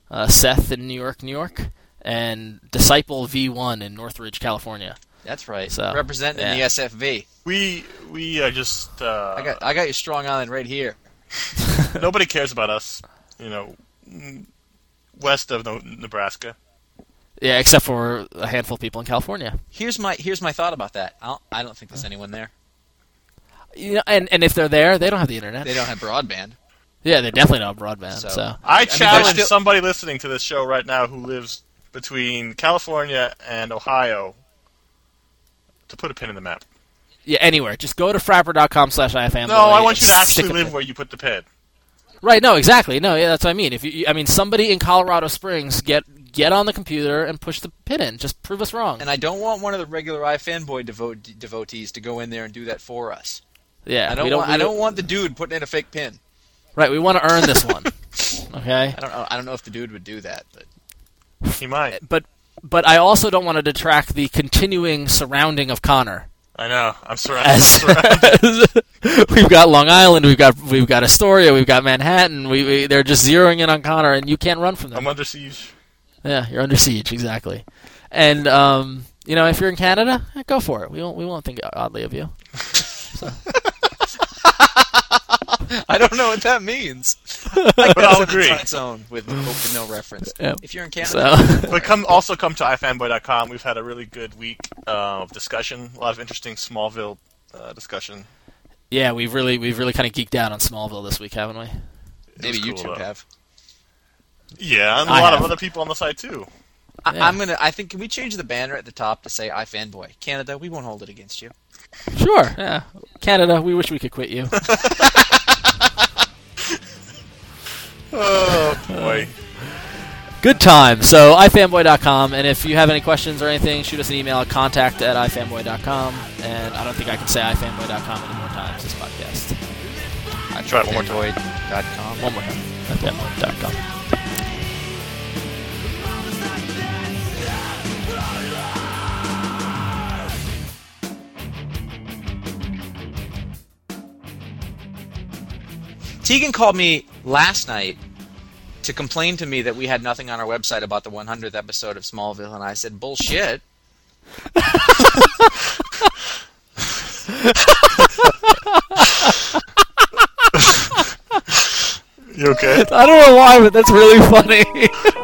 [SPEAKER 4] uh, Seth in New York, New York, and Disciple V1 in Northridge, California.
[SPEAKER 2] That's right,
[SPEAKER 4] So,
[SPEAKER 2] representing
[SPEAKER 4] yeah.
[SPEAKER 2] the SFV.
[SPEAKER 3] We we are just uh,
[SPEAKER 2] I got I got your Strong Island right here.
[SPEAKER 3] nobody cares about us. You know, mm, west of Ne- Nebraska.
[SPEAKER 4] Yeah, except for a handful of people in California.
[SPEAKER 2] Here's my here's my thought about that. I'll, I don't think there's anyone there.
[SPEAKER 4] You know, and, and if they're there, they don't have the internet.
[SPEAKER 2] They don't have broadband.
[SPEAKER 4] Yeah, they definitely don't have broadband. So,
[SPEAKER 2] So- uh,
[SPEAKER 3] I,
[SPEAKER 2] mean, there's
[SPEAKER 3] challenge
[SPEAKER 2] still-
[SPEAKER 3] somebody listening to this show right now who lives between California and Ohio to put a pin in the map.
[SPEAKER 4] yeah, anywhere. Just go to frapper.com slash ifam.
[SPEAKER 3] No, I want you to actually live where you put the pin.
[SPEAKER 4] Right. No. Exactly. No. Yeah. That's what I mean. If you, I mean, somebody in Colorado Springs get get on the computer and push the pin in. Just prove us wrong.
[SPEAKER 2] And I don't want one of the regular iFanboy devote, devotees to go in there and do that for us.
[SPEAKER 4] yeah.
[SPEAKER 2] I don't,
[SPEAKER 4] we don't,
[SPEAKER 2] want,
[SPEAKER 4] we
[SPEAKER 2] I don't want the dude putting in a fake pin.
[SPEAKER 4] Right. We want to earn this one. Okay.
[SPEAKER 2] I don't know. I don't know if the dude would do that, but
[SPEAKER 3] He might.
[SPEAKER 4] But but I also don't want to detract the continuing surrounding of Connor.
[SPEAKER 3] I know. I'm surrounded.
[SPEAKER 4] As we've got Long Island, we've got we've got Astoria, we've got Manhattan. We, we they're just zeroing in on Connor, and you can't run from them.
[SPEAKER 3] I'm under siege.
[SPEAKER 4] Yeah, you're under siege, exactly. And um, you know, if you're in Canada, eh, go for it. We won't we won't think oddly of you.
[SPEAKER 2] I don't know what that means.
[SPEAKER 3] But I'll agree.
[SPEAKER 2] On its own, with, with no reference.
[SPEAKER 4] Yeah.
[SPEAKER 2] If you're in Canada,
[SPEAKER 4] So
[SPEAKER 3] But come also come to ifanboy.com. We've had a really good week uh, of discussion. A lot of interesting Smallville uh, discussion.
[SPEAKER 4] yeah, we've really we've really kind of geeked out on Smallville this week, haven't we?
[SPEAKER 3] It
[SPEAKER 2] maybe
[SPEAKER 3] was
[SPEAKER 2] you
[SPEAKER 3] cool,
[SPEAKER 2] two
[SPEAKER 3] though.
[SPEAKER 2] have.
[SPEAKER 3] Yeah, and a
[SPEAKER 4] I
[SPEAKER 3] lot
[SPEAKER 4] have.
[SPEAKER 3] of other people on the site too.
[SPEAKER 2] I,
[SPEAKER 4] Yeah.
[SPEAKER 2] I'm gonna. I think can we change the banner at the top to say iFanboy Canada? We won't hold it against you.
[SPEAKER 4] Sure. Yeah. Canada, we wish we could quit you.
[SPEAKER 3] Oh boy.
[SPEAKER 4] Good time. So ifanboy.com, and if you have any questions or anything, shoot us an email at contact at ifanboy.com. And I don't think I can say ifanboy.com any more times this podcast.
[SPEAKER 2] I
[SPEAKER 3] Try it one more
[SPEAKER 2] iFanboy.com.
[SPEAKER 4] One more time. ifanboy.com.
[SPEAKER 2] Tegan called me last night to complain to me that we had nothing on our website about the 100th episode of Smallville, and I said, "Bullshit."
[SPEAKER 3] you okay?
[SPEAKER 4] I don't know why, but that's really funny.